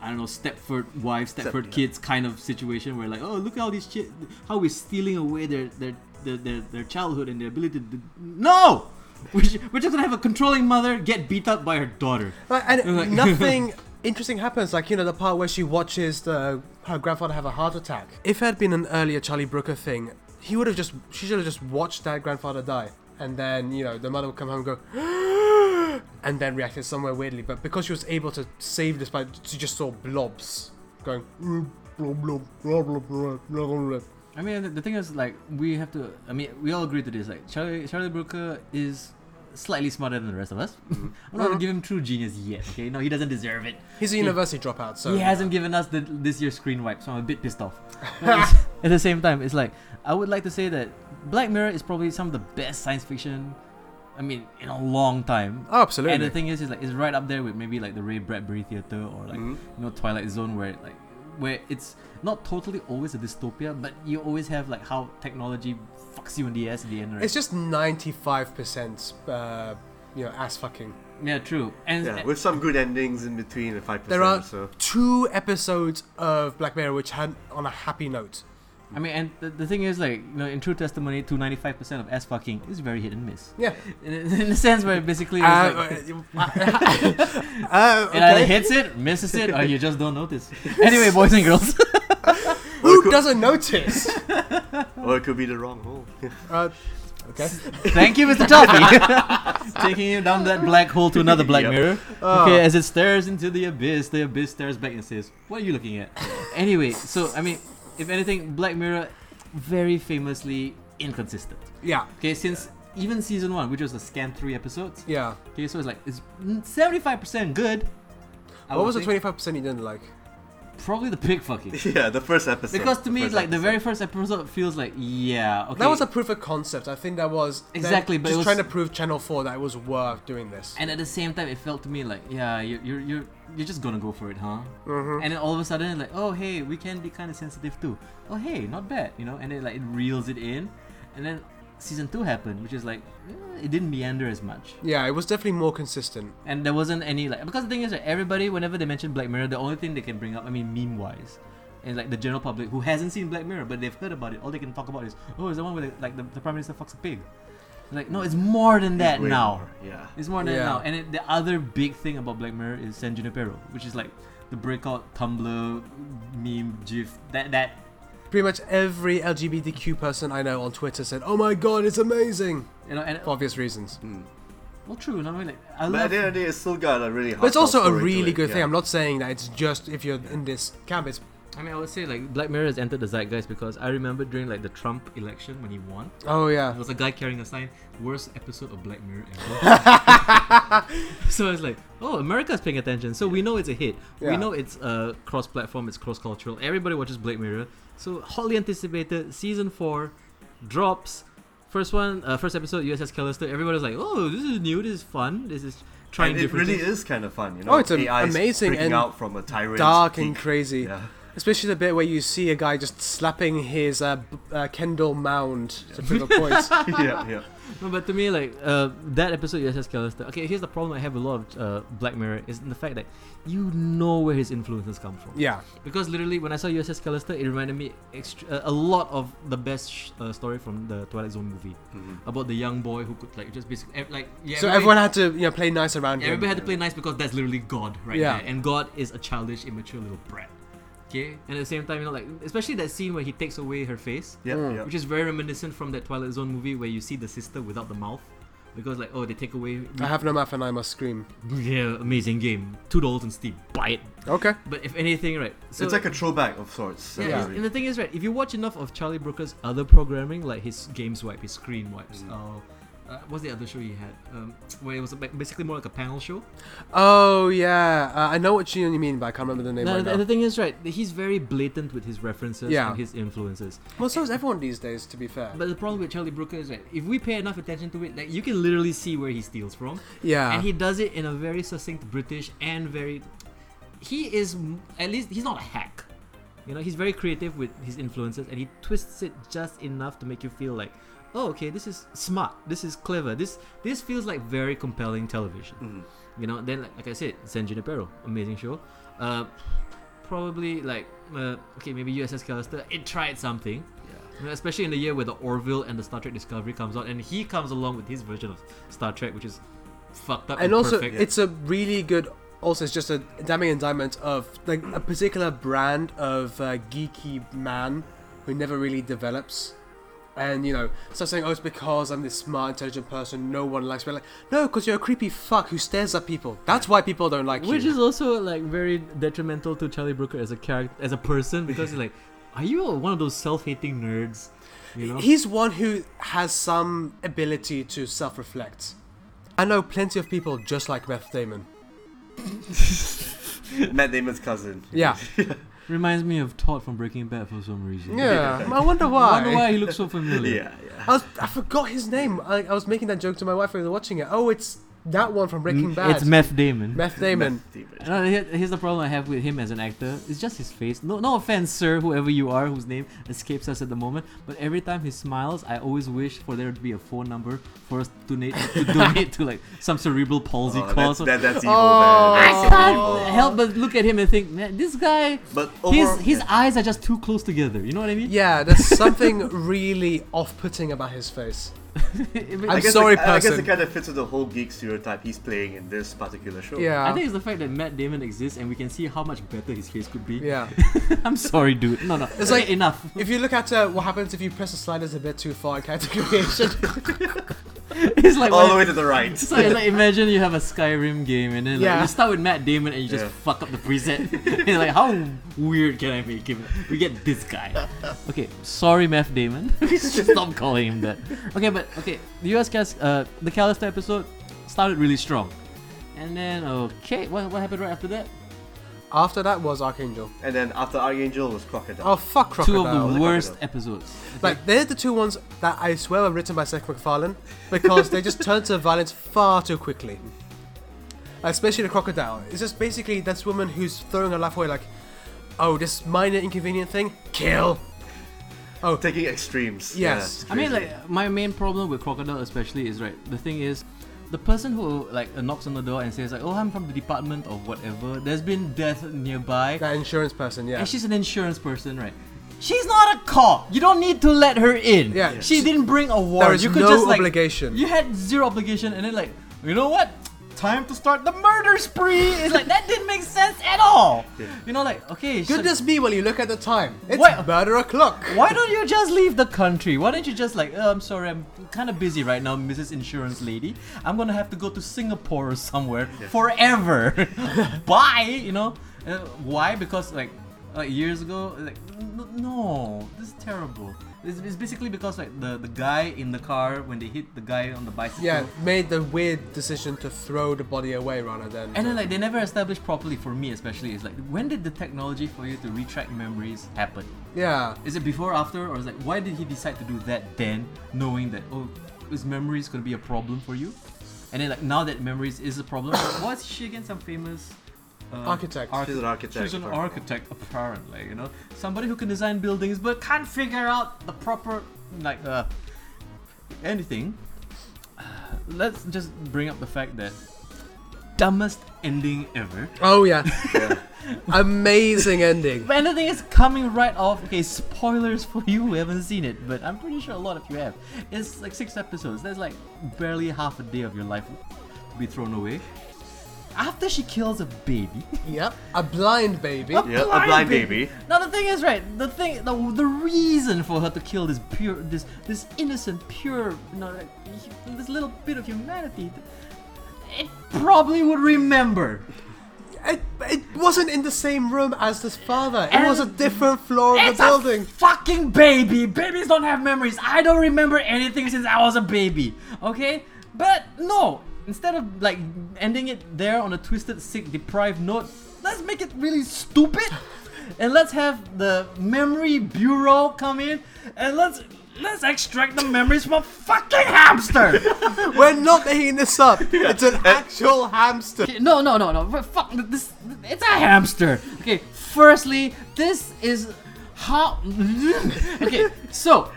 C: I don't know, Stepford wives, Stepford
B: yeah.
C: kids kind of situation where like, oh, look how these chi- how we're stealing away their their, their their their childhood and their ability to no. We're ju- we're just gonna have a controlling mother get beat up by her daughter.
A: Like, and
C: Like-
A: nothing interesting happens. Like you know the part where she watches the, her grandfather have a heart attack. If it had been an earlier Charlie Brooker thing, he would have just she should have just watched that grandfather die, and then you know the mother would come home and go, and then reacted somewhere weirdly. But because she was able to save this, by she just saw blobs going. "Mm, blob, blob, blah, blah, blah, blah, blah, blah."
C: I mean, the- the thing is like we have to. I mean, we all agree to this. Like Charlie Charlie Brooker is slightly smarter than the rest of us.
A: Mm-hmm.
C: I'm not gonna give him true genius yet. Okay, no, he doesn't deserve it.
A: He's a university dropout, so
C: he hasn't given us the, this year's screen wipe, so I'm a bit pissed off. At the same time, it's like I would like to say that Black Mirror is probably some of the best science fiction. I mean, in a long time.
A: Oh, absolutely.
C: And the thing is, is like it's right up there with maybe like the Ray Bradbury theater or like
B: Mhm.
C: you know Twilight Zone, where like where it's not totally always a dystopia, but you always have like how technology fucks you in the ass at the end, right?
A: it's just ninety-five percent, uh, you know, ass fucking.
C: yeah, true. And
B: Yeah, with some good endings in between and five percent.
A: There are
B: so.
A: two episodes of Black Mirror which had on a happy note.
C: I mean, and the, the thing is, like, you know, in true testimony, to 95% of ass fucking is very hit and miss.
A: Yeah.
C: In, in the sense where basically, it's
A: Uh,
C: like,
A: uh,
C: it either
A: okay.
C: hits it, misses it, or you just don't notice. Anyway, boys and girls,
A: Who doesn't notice?
B: Or it could be the wrong hole.
A: Uh, okay.
C: thank you, Mr. Toffee, taking you down that black hole to another black
B: Yep.
C: mirror.
A: Oh.
C: Okay, as it stares into the abyss, the abyss stares back and says, "What are you looking at?" anyway, so I mean, if anything, Black Mirror, very famously inconsistent.
A: Yeah.
C: Okay, since even season one, which was a scant three episodes.
A: Yeah.
C: Okay, so it's like it's seventy five percent good. I
A: what
C: would
A: was the
C: think.
A: twenty five percent you didn't like?
C: Probably the pig fucking.
B: Yeah, the first episode.
C: Because to
B: the
C: me,
B: first
C: like the
B: episode.
C: very first episode feels like yeah, okay.
A: That was a proof of concept. I think that was they're
C: Exactly, but it
A: just
C: was-
A: trying to prove Channel Four that it was worth doing this.
C: and at the same time, it felt to me like yeah, you're you're you're, you're just gonna go for it, huh? And then all of a sudden, like oh hey, we can be kind of sensitive too. Oh hey, not bad, you know. And then like it reels it in, and then season two happened, which is like eh, it didn't meander as much.
A: Yeah, it was definitely more consistent.
C: And there wasn't any like because the thing is that everybody whenever they mention Black Mirror, the only thing they can bring up, I mean meme wise, is like the general public who hasn't seen Black Mirror but they've heard about it, all they can talk about is oh, is the one where the, like the, the prime minister fucks a pig. Like no, it's more than that
B: Way
C: now.
B: more, Yeah.
C: It's more than
A: Yeah.
C: that now. And it, the other big thing about Black Mirror is San Junipero, which is like the breakout Tumblr meme GIF that that
A: Pretty much every LGBTQ person I know on Twitter said, "Oh my god, it's amazing!"
C: you know and
A: for obvious reasons.
C: well true, you know, I mean, like I
B: But at
C: love
B: the end of the day, it's still got a really.
A: But it's also a
B: hardcore to
A: really
B: it,
A: good thing.
B: yeah.
A: I'm not saying that it's just if you're in this camp. It's
C: I mean I would say like Black Mirror has entered the zeitgeist because I remember during like the Trump election when he won
A: oh
C: There
A: yeah,
C: was a guy carrying a sign, worst episode of Black Mirror ever. so I was like, oh, America's paying attention. So we know it's a hit.
A: Yeah.
C: We know it's uh, cross platform, it's cross cultural. Everybody watches Black Mirror. So hotly anticipated, season four drops. First one, uh, first episode, USS Callister. Everybody's like, oh, this is new, this is fun, this is trying
B: And it
C: different
B: really
C: things.
B: is kind of fun, you know.
A: Oh, it's am-
B: AI 's
A: amazing
B: breaking
A: and
B: out from a tyrant.
A: dark and
B: peak.
A: crazy.
B: Yeah.
A: Especially the bit where you see a guy just slapping his uh, b- uh, Kendall mound to prove a point.
B: yeah, yeah.
C: No, but to me, like uh, that episode, USS Callister. Okay, here's the problem I have with a lot of uh, Black Mirror is the fact that you know where his influences come from.
A: yeah,
C: Because literally, when I saw USS Callister, it reminded me extra, uh, a lot of the best sh- uh, story from the Twilight Zone movie
B: Mhm.
C: about the young boy who could like just basically ev- like yeah.
A: so
C: everybody-
A: everyone had to you know play nice around
C: yeah,
A: him.
C: everybody had to play nice because that's literally God right
A: Yeah.
C: there, and God is a childish, immature little brat. Okay, and at the same time, you know, like especially that scene where he takes away her face,
B: Yeah,
A: Mm.
B: yeah.
C: which is very reminiscent from that Twilight Zone movie where you see the sister without the mouth, because like oh they take away
A: I have no mouth and I must scream.
C: yeah amazing game two dollars and Steam buy it.
A: Okay.
C: But if anything, right, so
B: it's like a throwback of sorts.
C: Yeah,
A: Yeah.
C: and the thing is, right, if you watch enough of Charlie Brooker's other programming, like his game swipe, his screen wipes,
B: Mm.
C: oh, uh, what's the other show he had? Um, where it was ba- basically more like a panel show.
A: Oh yeah, uh, I know what you mean, but I can't remember the name
C: No,
A: right
C: the, the
A: now.
C: thing is, right, he's very blatant with his references
A: Yeah.
C: and his influences.
A: Well, so is everyone these days, to be fair.
C: But the problem with Charlie Brooker is, right, if we pay enough attention to it, like you can literally see where he steals from,
A: yeah,
C: and he does it in a very succinct British and very. He is m- at least he's not a hack. You know, he's very creative with his influences and he twists it just enough to make you feel like, oh, okay, this is smart, this is clever, this this feels like very compelling television.
B: Mhm.
C: You know, then like, like I said, San Junipero, amazing show. Uh, probably like uh, okay, maybe USS Callister. It tried something, You know, especially in the year where the Orville and the Star Trek Discovery comes out, and he comes along with his version of Star Trek, which is fucked up and,
A: and also
C: Oh, perfect.
A: it's a really good. Also, it's just a damning indictment of like a particular brand of uh, geeky man who never really develops. And you know, start saying, "Oh, it's because I'm this smart, intelligent person. No one likes me." Like, no, because you're a creepy fuck who stares at people. That's why people don't like
C: which
A: you.
C: is also like very detrimental to Charlie Brooker as a character, as a person, because like, are you one of those self-hating nerds? You know,
A: He's one who has some ability to self-reflect. I know plenty of people just like Beth Damon.
B: Matt Damon's cousin.
A: Yeah.
C: reminds me of Todd from Breaking Bad for some reason.
A: Yeah, I wonder
C: I
A: why.
C: wonder why he looks so familiar.
B: Yeah, yeah.
A: I, was, I forgot his name. I, I was making that joke to my wife when we were watching it. Oh, it's that one from Breaking Bad.
C: Mm, It's Meth Damon.
A: Meth Damon.
B: Matt Damon.
C: No, Uh, here- here's the problem I have with him as an actor. It's just his face. No, no offense, sir, whoever you are, whose name escapes us at the moment. But every time he smiles, I always wish for there to be a phone number for us to donate to, donate to like some cerebral palsy
B: Oh,
C: cause.
B: that's, that, that's evil,
A: Oh.
B: man.
C: I
B: That's so evil.
C: can't help but look at him and think, man, this guy,
B: But
C: his
B: overall-
C: his eyes are just too close together. You know what I mean?
A: Yeah, there's something really off-putting about his face.
C: It-
A: I'm
B: I guess
A: sorry,
B: it, I guess
A: person.
B: it kind of fits with the whole geek stereotype he's playing in this particular show.
A: Yeah.
C: Oh, I think it's the fact that Matt Damon exists and we can see how much better his face could be.
A: yeah.
C: I'm sorry, dude. No, no.
A: It's
C: It's
A: like-
C: like enough.
A: If you look at uh, what happens if you press the sliders a bit too far in character creation,
C: It's like
B: all
C: when-
B: the way to the right.
C: So it's like imagine you have a Skyrim game and then like,
A: Yeah.
C: you start with Matt Damon and you just
B: Yeah.
C: fuck up the preset. and like how weird can I make him? We get this guy. Okay, sorry Matt Damon. Stop calling him that. Okay, but okay, the US cast uh the Callisto episode started really strong. And then okay, what, what happened right after that?
A: After that was Archangel.
B: And then after Archangel was Crocodile.
A: Oh fuck, Crocodile.
C: Two of the
B: Crocodile.
C: worst episodes.
A: Like they're the two ones that I swear were written by Seth MacFarlane because they just turn to violence far too quickly. Especially the crocodile. It's just basically this woman who's throwing her life away, like, oh, this minor inconvenient thing, kill.
B: Taking extremes.
A: Yes.
B: Yeah,
C: I mean, like my main problem with Crocodile, especially, is right. The thing is, the person who like uh, knocks on the door and says like, "Oh, I'm from the department of whatever," there's been death nearby,
A: That insurance person, yeah.
C: and she's an insurance person, right? She's not a cop. You don't need to let her in.
A: Yeah.
C: She
A: She-
C: didn't bring a warrant.
A: there is
C: you could
A: no
C: just, like,
A: obligation.
C: You had zero obligation, and then like, you know what? Time to start the murder spree. It's like that didn't make sense at all. You know, like okay, so-
A: Goodness me, when you look at the time, it's
C: What?
A: murder o'clock.
C: why don't you just leave the country? Why don't you just like, oh, I'm sorry, I'm kind of busy right now, Mrs. Insurance Lady. I'm gonna have to go to Singapore or somewhere forever. Bye, you know? Uh, why? Because like, like years ago, like, n- no, this is terrible. It's, it's basically because like the, the guy in the car when they hit the guy on the bicycle.
A: Yeah, made the weird decision to throw the body away rather than.
C: And then like they never established properly for me especially. It's like when did the technology for you to retract memories happen?
A: yeah.
C: Is it before or after, or is like why did he decide to do that then, knowing that oh, his memory is gonna be a problem for you, and then like now that memories is a problem, like, what's she again? Some famous uh,
A: Architect.
B: She's an architect.
C: She's an
B: apparently.
C: architect, apparently. You know, somebody who can design buildings but can't figure out the proper like uh, anything. Let's just bring up the fact that dumbest ending ever.
A: Oh yeah. Amazing ending.
C: But and the thing is coming right off. Okay, spoilers for you who haven't seen it, but I'm pretty sure a lot of you have. It's like six episodes. There's like barely half a day of your life to be thrown away. After she kills a baby,
A: Yep. A blind baby.
C: a,
B: Yeah, a
C: blind
B: blind
C: baby.
B: baby.
C: Now the thing is, right? The thing, the, the reason for her to kill this pure, this this innocent, pure, you know, like, hu- this little bit of humanity, it probably would remember.
A: It, it wasn't in the same room as this father. It
C: And-
A: was a different floor of
C: It's
A: the building.
C: a fucking baby. Babies don't have memories. I don't remember anything since I was a baby. Okay, but no. Instead of like ending it there on a twisted, sick, deprived note, let's make it really stupid, and let's have the memory bureau come in, and let's let's extract the memories from a fucking hamster.
A: We're not making this up. It's
C: Uh,
A: an actual hamster.
C: Okay, no, no, no, no. but Fuck this. It's a hamster. Okay. Firstly, this is how. okay. So,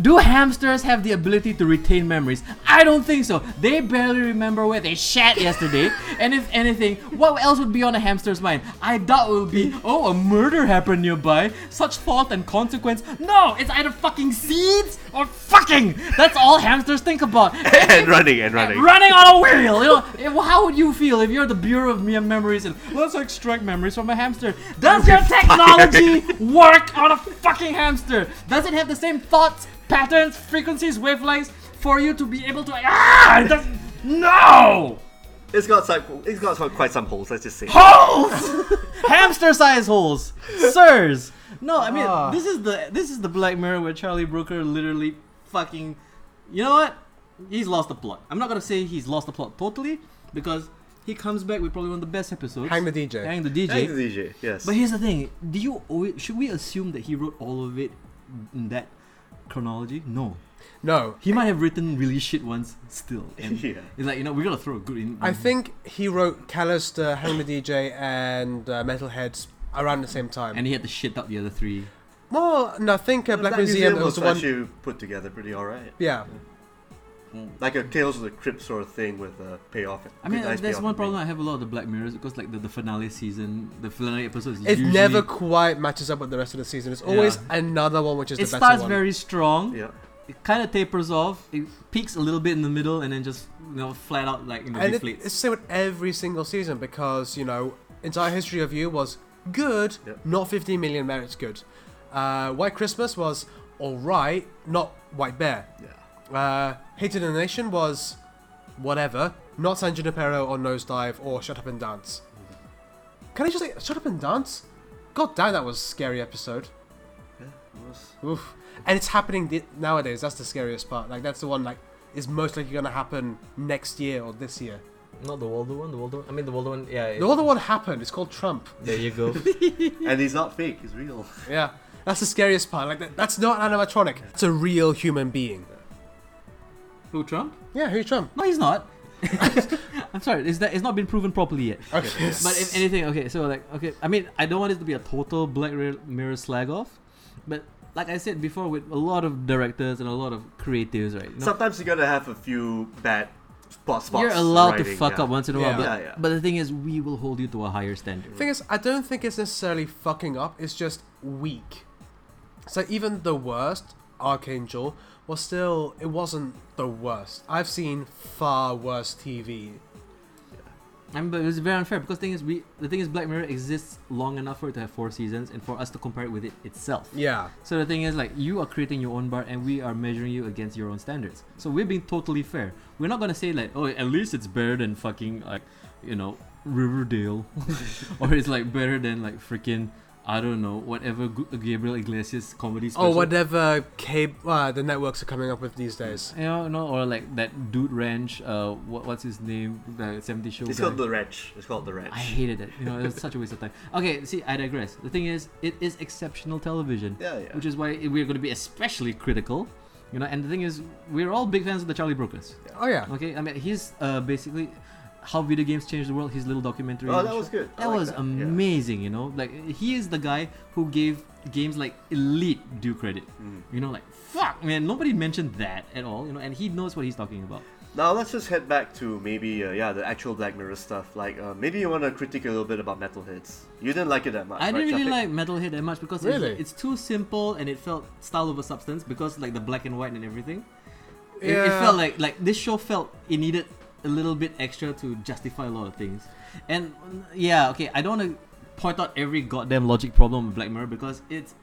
C: do hamsters have the ability to retain memories? I don't think so. They barely remember where they shat yesterday. and if anything, what else would be on a hamster's mind? I doubt it would be. Oh, a murder happened nearby. Such thought and consequence. No, it's either fucking seeds or fucking. That's all hamsters think about.
B: and running and running.
C: Running on a wheel. You know, if- how would you feel if you're the Bureau of Mere Memories and let's extract memories from a hamster? Does your technology work on a fucking hamster? Does it have the same thoughts, patterns, frequencies, wavelengths for you to be able to? Ah! It does, no.
B: It's got some, it's got some, quite some holes. Let's just say.
C: Holes. hamster size holes, sirs. No, I mean
A: Ah.
C: this is the this is the Black Mirror where Charlie Brooker literally fucking. You know what? He's lost the plot. I'm not gonna say he's lost the plot totally because he comes back with probably one of the best episodes.
A: Hang the DJ.
C: Hang the DJ.
B: Thank you, DJ. Yes.
C: But here's the thing: Do you always, should we assume that he wrote all of it in that chronology? No.
A: No.
C: He might have written really shit ones still. And
B: Yeah.
C: It's like you know we gotta throw a good in.
A: I think he wrote Callister, Hang the DJ, and uh, Metalheads around the same time.
C: and he had to shit out the other three.
A: Well, no, I think uh,
B: The
A: Black, Museum, was the one.
B: actually put together pretty alright.
A: Yeah. Mm.
B: Like a Tales of the Crypt sort of thing with a payoff.
C: I mean,
B: nice
C: that's
B: payoff
C: one
B: at the
C: problem I have a lot of the Black Mirrors because like the, the finale season, the finale episode is
A: It
C: usually,
A: never quite matches up with the rest of the season. It's always another one which is
C: it
A: the better
C: starts
A: one.
C: very strong.
B: beginning.
C: It kind of tapers off. It peaks a little bit in the middle and then just you know flat out like you know
A: and it,
C: deflates.
A: it's the same with every single season because you know entire history of you was good
B: Yep.
A: not 15 million merits good uh, white christmas was all right not white bear
B: Yeah. Yeah.
A: Uh, Hated the Nation was whatever, not San Junipero or Nosedive or Shut Up and Dance. Can I just say Shut Up and Dance? God damn, that was a scary episode. Oof. And it's happening thi- nowadays. That's the scariest part. Like that's the one like is most likely gonna happen next year or this year.
D: Not the Waldo one. The Waldo. One. I mean the Waldo one. Yeah. it-
A: The other one happened. It's called Trump.
D: There you go.
B: and he's not fake, he's real.
A: Yeah, that's the scariest part. Like that, that's not animatronic. It's a real human being.
C: Who Trump?
A: Yeah, who's Trump?
C: No, he's not. I'm sorry. Is that it's not been proven properly yet.
A: Okay.
C: But if anything, okay, so like, okay, I mean, I don't want it to be a total Black Mir- Mirror slag off, but like I said before, with a lot of directors and a lot of creatives, right? you know,
B: Sometimes you gotta have a few bad spot spots.
C: you're allowed to
B: writing,
C: fuck
B: yeah.
C: up once in a while,
A: Yeah.
C: but,
B: Yeah, yeah.
C: but the thing is, we will hold you to a higher standard.
A: thing is, I don't think it's necessarily fucking up. It's just weak. So even the worst Archangel was still. It wasn't the worst. I've seen far worse TV.
C: I mean, but it's very unfair because thing is, we the thing is, Black Mirror exists long enough for it to have four seasons and for us to compare it with it itself.
A: Yeah.
C: So the thing is, like, you are creating your own bar, and we are measuring you against your own standards. So we're being totally fair. We're not gonna say like, oh, at least it's better than fucking like, you know, Riverdale, or it's like better than like freaking I don't know whatever Gu- Gabriel Iglesias comedy special.
A: Or whatever cable uh, the networks are coming up with these days.
C: You know, no, or like that dude ranch. Uh, what, what's his name? The seventy show.
B: It's
C: guy.
B: called the wretch. It's called the wretch.
C: I hated it. You know, it was such a waste of time. Okay, see, I digress. The thing is, it is exceptional television.
B: Yeah, yeah.
C: which is why we're going to be especially critical. You know, and the thing is, we're all big fans of the Charlie Brokers.
A: Oh yeah.
C: Okay, I mean, he's uh, basically how video games changed the world. His little documentary.
B: oh,
C: on
B: that
C: the
B: was
C: show.
B: good. I
C: That
B: like
C: was
B: yeah.
C: amazing. You know, like he is the guy who gave games like Elite due credit.
B: Mm.
C: You know, like fuck, man, nobody mentioned that at all. You know, and he knows what he's talking about.
B: Now let's just head back to maybe uh, yeah the actual Black Mirror stuff. Like uh, maybe you want to critique a little bit about Metalheads. You didn't like it that much.
C: I
B: right,
C: didn't really
B: Shafiq?
C: like Metalhead that much because
A: Really?
C: it's, it's too simple and it felt style over substance because like the black and white and everything. It, it
A: Yeah.
C: felt like like this show felt it needed a little bit extra to justify a lot of things. And mm, yeah, okay, I don't want to point out every goddamn logic problem with Black Mirror because it's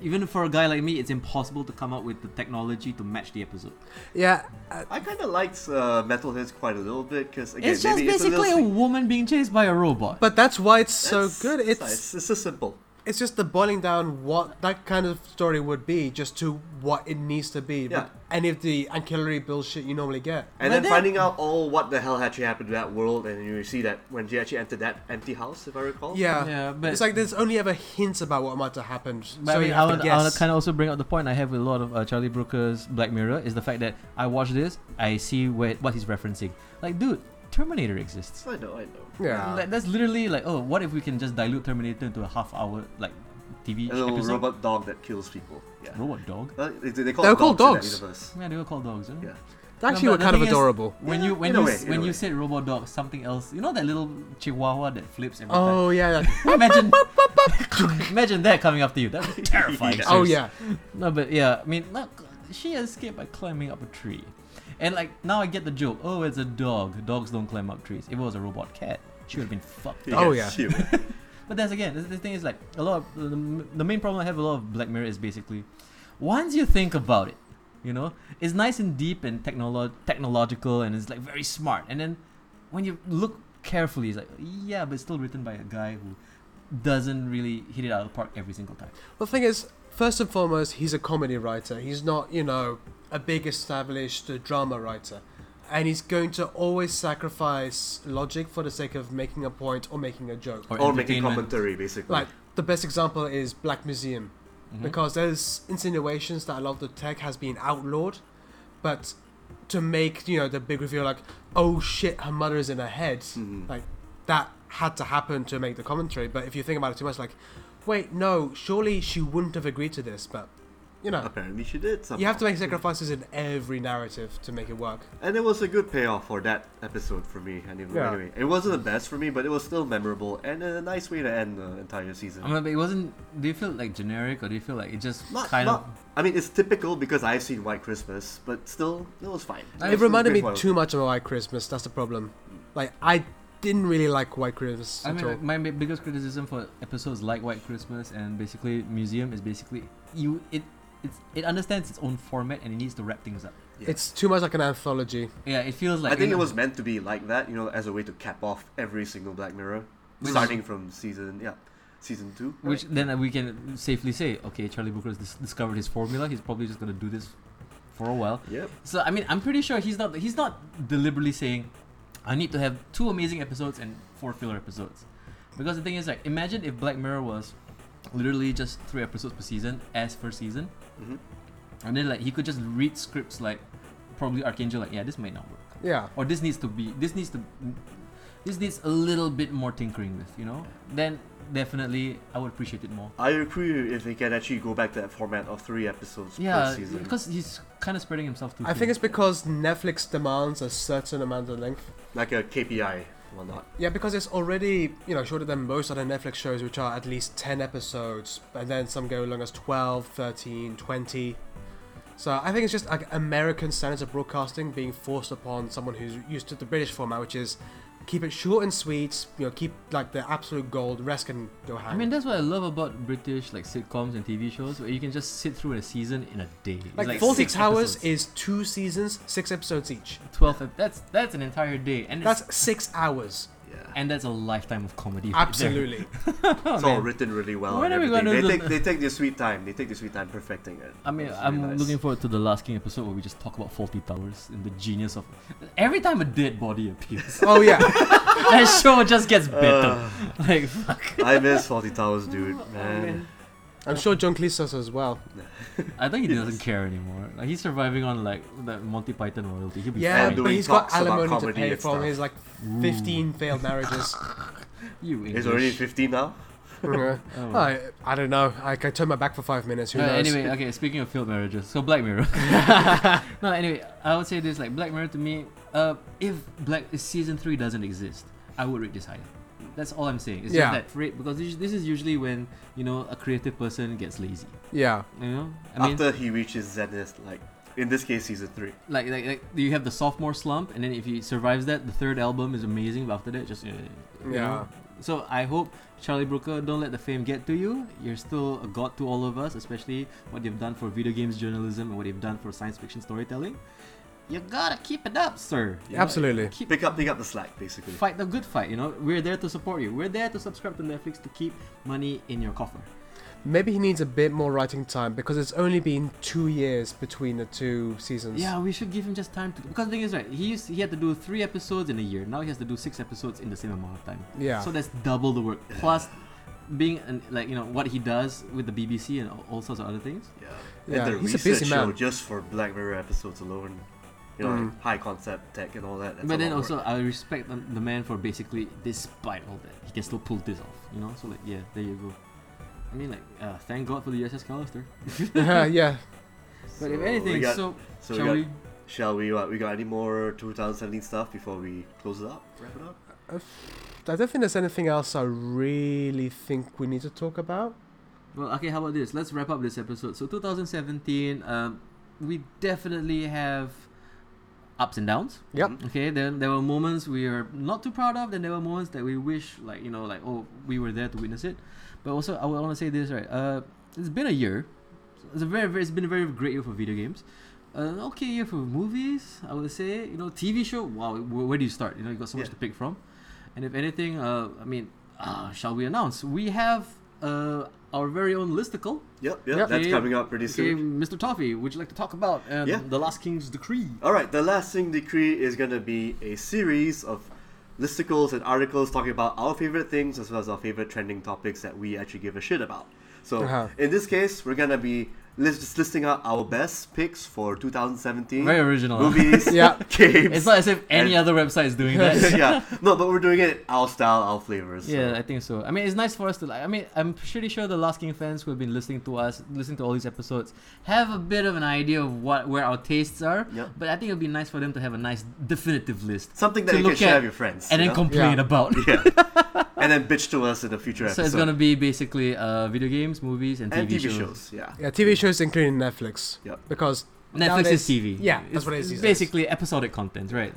C: even for a guy like me, it's impossible to come up with the technology to match the episode.
A: Yeah. uh,
B: I kind of liked uh, Metalheads quite a little bit because again,
C: it's just
B: maybe
C: basically
B: it's a
C: a,
B: little
C: woman being chased by a robot.
A: But that's why it's so
B: That's-
A: good.
B: that's
A: It's
B: nice. it's just simple.
A: it's just the boiling down what that kind of story would be just to what it needs to be.
B: Yeah.
A: But any of the ancillary bullshit you normally get.
B: And
C: But
B: then,
C: then-
B: finding out all what the hell actually happened to that world, and you see that when she actually entered that empty house, if I recall.
A: Yeah.
C: Yeah, but-
A: it's like there's only ever hints about what might have happened.
C: But
A: so
C: I, mean,
A: you
C: I
A: have
C: want
A: to
C: to
A: guess.
C: kind of also bring up the point I have with a lot of uh, Charlie Brooker's Black Mirror is the fact that I watch this, I see where, what he's referencing. Like, dude, Terminator exists.
B: I know, I know.
A: yeah.
C: Like, that's literally like, oh, what if we can just dilute Terminator into a half hour like TV
B: A little
C: episode?
B: robot dog that kills people. Yeah.
C: Robot dog.
B: Uh, They, they call
A: They were
B: it
A: called
B: dogs. in
A: dogs.
B: that universe.
C: Yeah, they were called dogs. you know?
B: Yeah.
A: They actually
C: No,
A: were
C: but the
A: kind of
C: thing is-
A: adorable.
C: When
B: Yeah,
C: you when
B: in a
C: you
B: way,
C: s-
B: in a
C: when you
B: way.
C: said robot dog, something else. You know that little chihuahua that flips every
A: Oh yeah. yeah.
C: time. Imagine, imagine that coming after you. That would be terrifying.
B: Yeah.
A: oh
C: seriously.
A: yeah.
C: No, but yeah, I mean, look, she escaped by climbing up a tree. And like now I get the joke. Oh, it's a dog. Dogs don't climb up trees. If it was a robot cat, she would have been fucked.
A: Oh,
B: yeah. human.
C: But that's again, the, the thing is like a lot of the, the main problem I have with a lot of Black Mirror is basically once you think about it, you know, it's nice and deep and technolo- technological and it's like very smart. And then when you look carefully, it's like yeah, but it's still written by a guy who doesn't really hit it out of the park every single time.
A: The thing is, first and foremost, he's a comedy writer. He's not, you know, a big established uh, drama writer. And he's going to always sacrifice logic for the sake of making a point or making a joke.
B: or making
C: entertainment.
B: commentary, basically.
A: Like, the best example is Black Museum.
C: Mm-hmm.
A: Because there's insinuations that a lot of the tech has been outlawed. But to make, you know, the big reveal like, oh shit, her mother is in her head.
C: Mm-hmm.
B: Mhm.
A: Like, that had to happen to make the commentary. But if you think about it too much, like, wait, no, surely she wouldn't have agreed to this. But, you know.
B: Apparently, she did something.
A: You have to make sacrifices in every narrative to make it work.
B: And it was a good payoff for that episode for me. Anyway,
A: Yeah.
B: anyway. it wasn't the best for me, but it was still memorable and a nice way to end the entire season.
C: I mean, but it wasn't. Do you feel like generic, or do you feel like it just
B: Not-
C: kind
B: not- I mean, it's typical because I've seen White Christmas, but still, it was fine.
C: It
A: It
B: was a
A: reminded
B: great
A: me
B: one.
A: too much of White Christmas. That's the problem. Like I didn't really like White Christmas
C: of? I
A: at
C: mean,
A: all.
C: like, my bi- biggest criticism for episodes like White Christmas and basically Museum is basically you it it's, it understands its own format and it needs to wrap things up.
B: Yeah.
A: It's too much like an anthology.
C: Yeah, it feels like
B: I think
C: you
B: it
C: know,
B: was meant to be like that, you know, as a way to cap off every single Black Mirror,
C: Which-
B: starting from season yeah, season two.
C: Which
B: right?
C: then we can safely say, okay, Charlie Brooker has dis- discovered his formula. He's probably just gonna do this for a while.
B: yep.
C: So I mean, I'm pretty sure he's not he's not deliberately saying, I need to have two amazing episodes and four filler episodes, because the thing is like, imagine if Black Mirror was literally just three episodes per season, as per season,
B: Mhm.
C: and then like he could just read scripts like, probably Archangel like, yeah, this might not work,
A: Yeah.
C: or this needs to be this needs to this needs a little bit more tinkering with, you know? Then definitely I would appreciate it more.
B: I agree if they can actually go back to that format of three episodes
C: Yeah,
B: per season.
C: because he's kind of spreading himself too.
A: I think
C: thin.
A: it's because Netflix demands a certain amount of length.
B: like a KPI, whatnot.
A: Yeah, because it's already you know shorter than most other Netflix shows, which are at least ten episodes, and then some go as long as 12, 13, 20. So I think it's just like American standards of broadcasting being forced upon someone who's used to the British format, which is keep it short and sweet. You know, keep like the absolute gold. Rest can go hang.
C: I mean, that's what I love about British like sitcoms and TV shows, where you can just sit through a season in a day. It's
A: like,
B: like
A: Faulty
C: six
A: Towers
C: episodes.
A: is two seasons, six episodes each.
C: twelve. ep- That's that's an entire day, and that's
A: That's six hours.
B: Yeah.
C: and that's a lifetime of comedy. right there.
A: Absolutely.
C: Oh,
B: it's all
C: man.
B: written really well.
C: When
B: and
C: are we
B: everything.
C: gonna do
B: they take
C: the-
B: they take their sweet time. They take their sweet time perfecting it.
C: I mean,
B: It's really
C: I'm
B: nice.
C: looking forward to the Last King episode where we just talk about faulty towers and the genius of every time a dead body appears,
A: oh yeah.
C: that show just gets better. Oh,
B: Ugh,
C: like fuck.
B: I miss Faulty Towers, Uh, dude, Oh, man.
A: I'm sure John Cleese does as well.
C: I think he doesn't care anymore. Like he's surviving on like that Monty Python royalty. He'll be
A: Yeah,
B: And
C: fine.
A: but
B: doing
A: he's got
B: talks about
A: alimony to
B: comedy
A: pay
B: and
A: from
B: stuff.
A: his like 15 failed marriages.
C: you English.
B: It's already 15 now.
A: Yeah.
C: Oh, well.
A: I, I don't know. I, I turn my back for five minutes. Who
C: Uh,
A: knows?
C: anyway, okay. Speaking of failed marriages, so Black Mirror. no, anyway, I would say this: like Black Mirror to me, uh, if Black if season three doesn't exist, I would rate this higher. That's all I'm saying. It's
A: Yeah.
C: just that rate because this, this is usually when you know a creative person gets lazy.
A: Yeah.
C: You know, I mean,
B: After he reaches zenith, like in this case, season three.
C: like, like like you have the sophomore slump, and then if he survives that, the third album is amazing. But after that, just uh, you
A: Yeah.
C: know? So I hope Charlie Brooker, don't let the fame get to you. You're still a god to all of us, especially what you've done for video games journalism and what you've done for science fiction storytelling. You gotta keep it up, sir. You know,
A: Absolutely.
C: Keep
B: Pick up, pick up the slack, basically.
C: fight the good fight. You know, we're there to support you. We're there to subscribe to Netflix to keep money in your coffer.
A: Maybe he needs a bit more writing time because it's only been two years between the two seasons.
C: Yeah, we should give him just time to. Because the thing is, right, he used he had to do three episodes in a year. Now he has to do six episodes in the same amount of time.
A: Yeah.
C: So that's double the work. Plus, being an, like you know what he does with the BBC and all- all sorts of other things.
B: Yeah.
A: Yeah,
B: and the
A: he's a
B: research
A: busy
B: show
A: man.
B: just for Black Mirror episodes alone. You know,
A: Mm.
B: high concept tech and all that. that's a
C: but then
B: lot of
C: also,
B: work.
C: I respect the, the man for basically, despite all that, he can still pull this off. You know, so like, yeah, there you go. I mean, like, uh, thank God for the USS Callister.
A: Uh-huh, yeah.
C: But if
B: So
C: anything,
B: we got-
C: so,
B: so
C: shall
B: we got,
C: we?
B: shall we? What, we got any more 2017 stuff before we close it up? Wrap it up.
A: Uh, I don't think there's anything else I really think we need to talk about.
C: Well, okay, how about this? Let's wrap up this episode. So, 2017, um, we definitely have ups and downs.
A: Yep.
B: Mm-hmm.
C: Okay, then there were moments we are not too proud of, then there were moments that we wish, like, you know, like, oh, we were there to witness it. But also, I want to say this, right? Uh, it's been a year. It's a very, very, it's been a very great year for video games. An okay year for movies, I would say. You know, TV show, wow, where, where do you start? You know, you got so much
B: Yeah.
C: to pick from. And if anything, uh, I mean, uh, shall we announce? We have uh, our very own listicle.
B: Yep, yep,
A: Yep.
B: that's
C: Okay,
B: coming up pretty
C: Okay,
B: soon.
C: Mr. Toffee, would you like to talk about um,
B: Yeah.
C: The Last King's Decree?
B: All right, the last thing decree is going to be a series of listicles and articles talking about our favorite things as well as our favorite trending topics that we actually give a shit about. So
A: Uh-huh.
B: in this case, we're going to be list- just listing out our best picks for 2017
C: Very original.
B: movies,
A: Yeah.
B: games.
C: It's not as if any
B: And-
C: other website is doing that.
B: yeah, no, but we're doing it our style, our flavors. so-
C: Yeah, I think so. I mean, it's nice for us to like. I mean, I'm pretty sure the Last King fans who have been listening to us, listening to all these episodes, have a bit of an idea of what where our tastes are.
B: Yep.
C: But I think it'd be nice for them to have a nice definitive list
B: something that
C: to
B: you
C: look
B: can share
C: at
B: with your friends,
C: and
B: you
C: then
B: know?
C: complain
A: Yeah.
C: about.
B: yeah, and then bitch to us in a future
C: so
B: episode.
C: it's gonna be basically uh, video games, movies, and TV,
B: and TV shows. yeah.
A: Yeah, TV shows including Netflix.
B: Yep.
A: Because
C: Netflix
A: nowadays-
C: is TV.
A: Yeah, that's
C: It's-
A: what it is
C: it's
A: these days.
C: Basically, episodic content, right?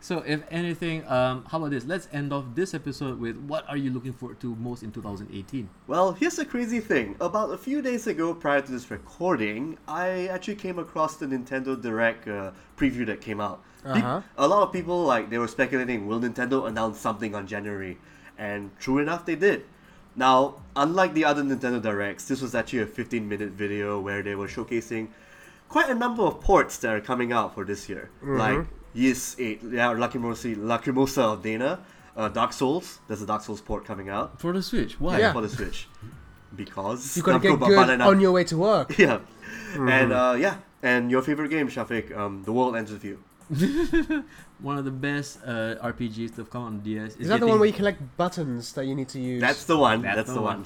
C: So, if anything, um, how about this? Let's end off this episode with what are you looking forward to most in 2018?
B: Well, here's the crazy thing. About a few days ago, prior to this recording, I actually came across the Nintendo Direct uh, preview that came out. Pe-
A: Uh-huh.
B: A lot of people like they were speculating, will Nintendo announce something on January? And true enough, they did. Now, unlike the other Nintendo Directs, this was actually a 15-minute video where they were showcasing quite a number of ports that are coming out for this year. Like Yes 8, yeah, Lacrimosa, Lacrimosa of Dana, uh, Dark Souls. There's a Dark Souls port coming out
C: For the Switch, why?
A: Yeah.
B: for the Switch because
A: You gotta
B: Namco
A: get good
B: Bandai Nam-
A: on Mm-hmm. your way to work.
B: yeah, and uh, yeah, and your favorite game, Shafiq, um, The World Ends with You.
C: One of the best uh, RPGs to have come out on DS.
A: Is that the one where you collect buttons that you need to use?
B: That's the one. That's, the one.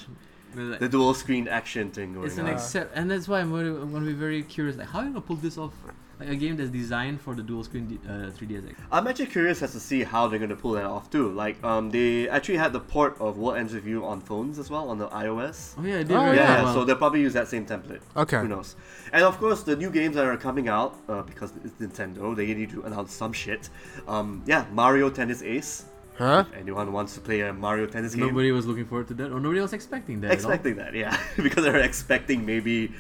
C: Like,
B: The dual screen action thing going
C: it's
B: on.
C: an accept, and that's why I'm gonna, I'm gonna be very curious. Like, how are you gonna pull this off? Like a game that's designed for the dual screen D, uh, 3DS. Like,
B: I'm actually curious as to see how they're gonna pull that off too. Like, um, they actually had the port of World Ends with You on phones as well on the iOS.
C: oh yeah, I did.
A: Oh,
C: very
B: yeah,
C: well.
B: so they'll probably use that same template.
A: Okay.
B: Who knows? And of course, the new games that are coming out uh, because it's Nintendo, they need to announce some shit. Um, yeah, Mario Tennis Ace.
A: Huh?
B: If anyone wants to play a Mario Tennis game,
C: nobody was looking forward to that, or nobody was expecting that. at all.
B: expecting that, yeah, because they're expecting maybe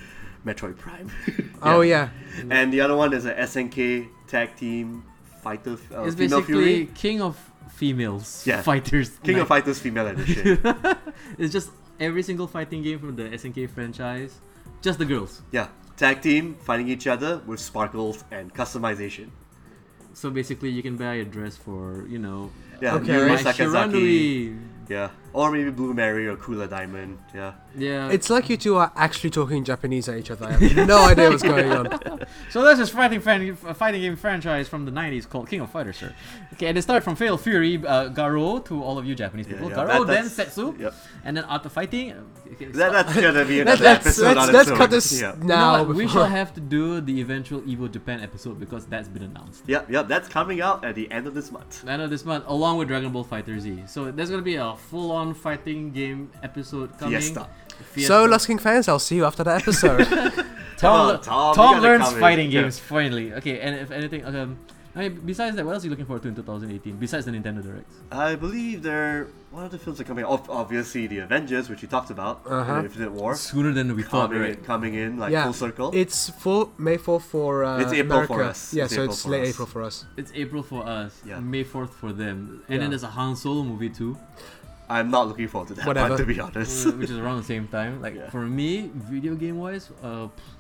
B: Metroid Prime.
A: Oh yeah.
B: And the other one is a SNK tag team fighter. Uh,
C: It's
B: female
C: basically
B: Fury.
C: King of Females
B: Yeah.
C: Fighters.
B: King of
C: Like,
B: Fighters Female Edition.
C: It's just every single fighting game from the SNK franchise, just the girls.
B: yeah, tag team fighting each other with sparkles and customization.
C: So basically, you can buy a dress for you know.
B: Yeah,
A: Okay.
B: Yuri
C: my
B: Sakazaki.
C: Shiranui.
B: Yeah, or maybe Blue Mary or Cooler Diamond. Yeah,
C: Yeah.
A: It's like you two are actually talking Japanese at each other. I have no idea what's going on.
C: so there's this fighting fan, uh, fighting game franchise from the 90s called King of Fighters, sir. Okay, and it started from Fatal Fury, uh, Garo to all of you Japanese
B: yeah,
C: people.
B: yeah.
C: Garo,
B: That-
C: then
B: that's-
C: Setsu,
B: Yeah.
C: and then Art of Fighting. Okay,
B: That, that's gonna be
A: Let's,
B: another
A: let's,
B: episode
A: let's,
B: on
A: let's
B: its
A: cut
B: own.
A: this
B: Yeah.
C: You know
A: now.
C: what? we
A: before-
C: shall have to do the eventual Evil Japan episode because that's been announced.
B: Yep, yep, that's coming out at the end of this month.
C: End of this month, along with Dragon Ball Fighter Z. So there's gonna be a full-on fighting game episode coming.
B: Fiesta.
A: So,
C: Fiesta.
A: Lost King fans, I'll see you after that episode.
B: Come
C: Tom,
B: on,
C: le-
B: Tom,
C: Tom,
B: you gotta
C: learns
B: come in.
C: fighting
B: Yeah.
C: games finally. Okay, and if anything, um, I mean, besides that, what else are you looking forward to in 2018 besides the Nintendo Directs?
B: I believe there. What other films are coming? Ob- obviously, the Avengers, which you talked about,
A: Uh-huh.
B: and Infinite War,
C: Sooner than we thought,
B: coming,
C: right?
B: coming in like
A: Yeah.
B: full circle.
A: it's for May 4th for uh,
B: It's April for
A: America.
B: us.
A: Yeah,
B: It's
A: so
B: April
A: it's
B: for
A: late
B: us.
A: April for us.
C: It's April for us,
B: Yeah.
C: May 4th for them, and
A: Yeah.
C: then there's a Han Solo movie too,
B: I'm not looking forward to that
A: Whatever.
B: one, to be
C: uh,
B: honest.
C: which is around the same time. Like
B: Yeah.
C: for me, video game wise, uh, pff,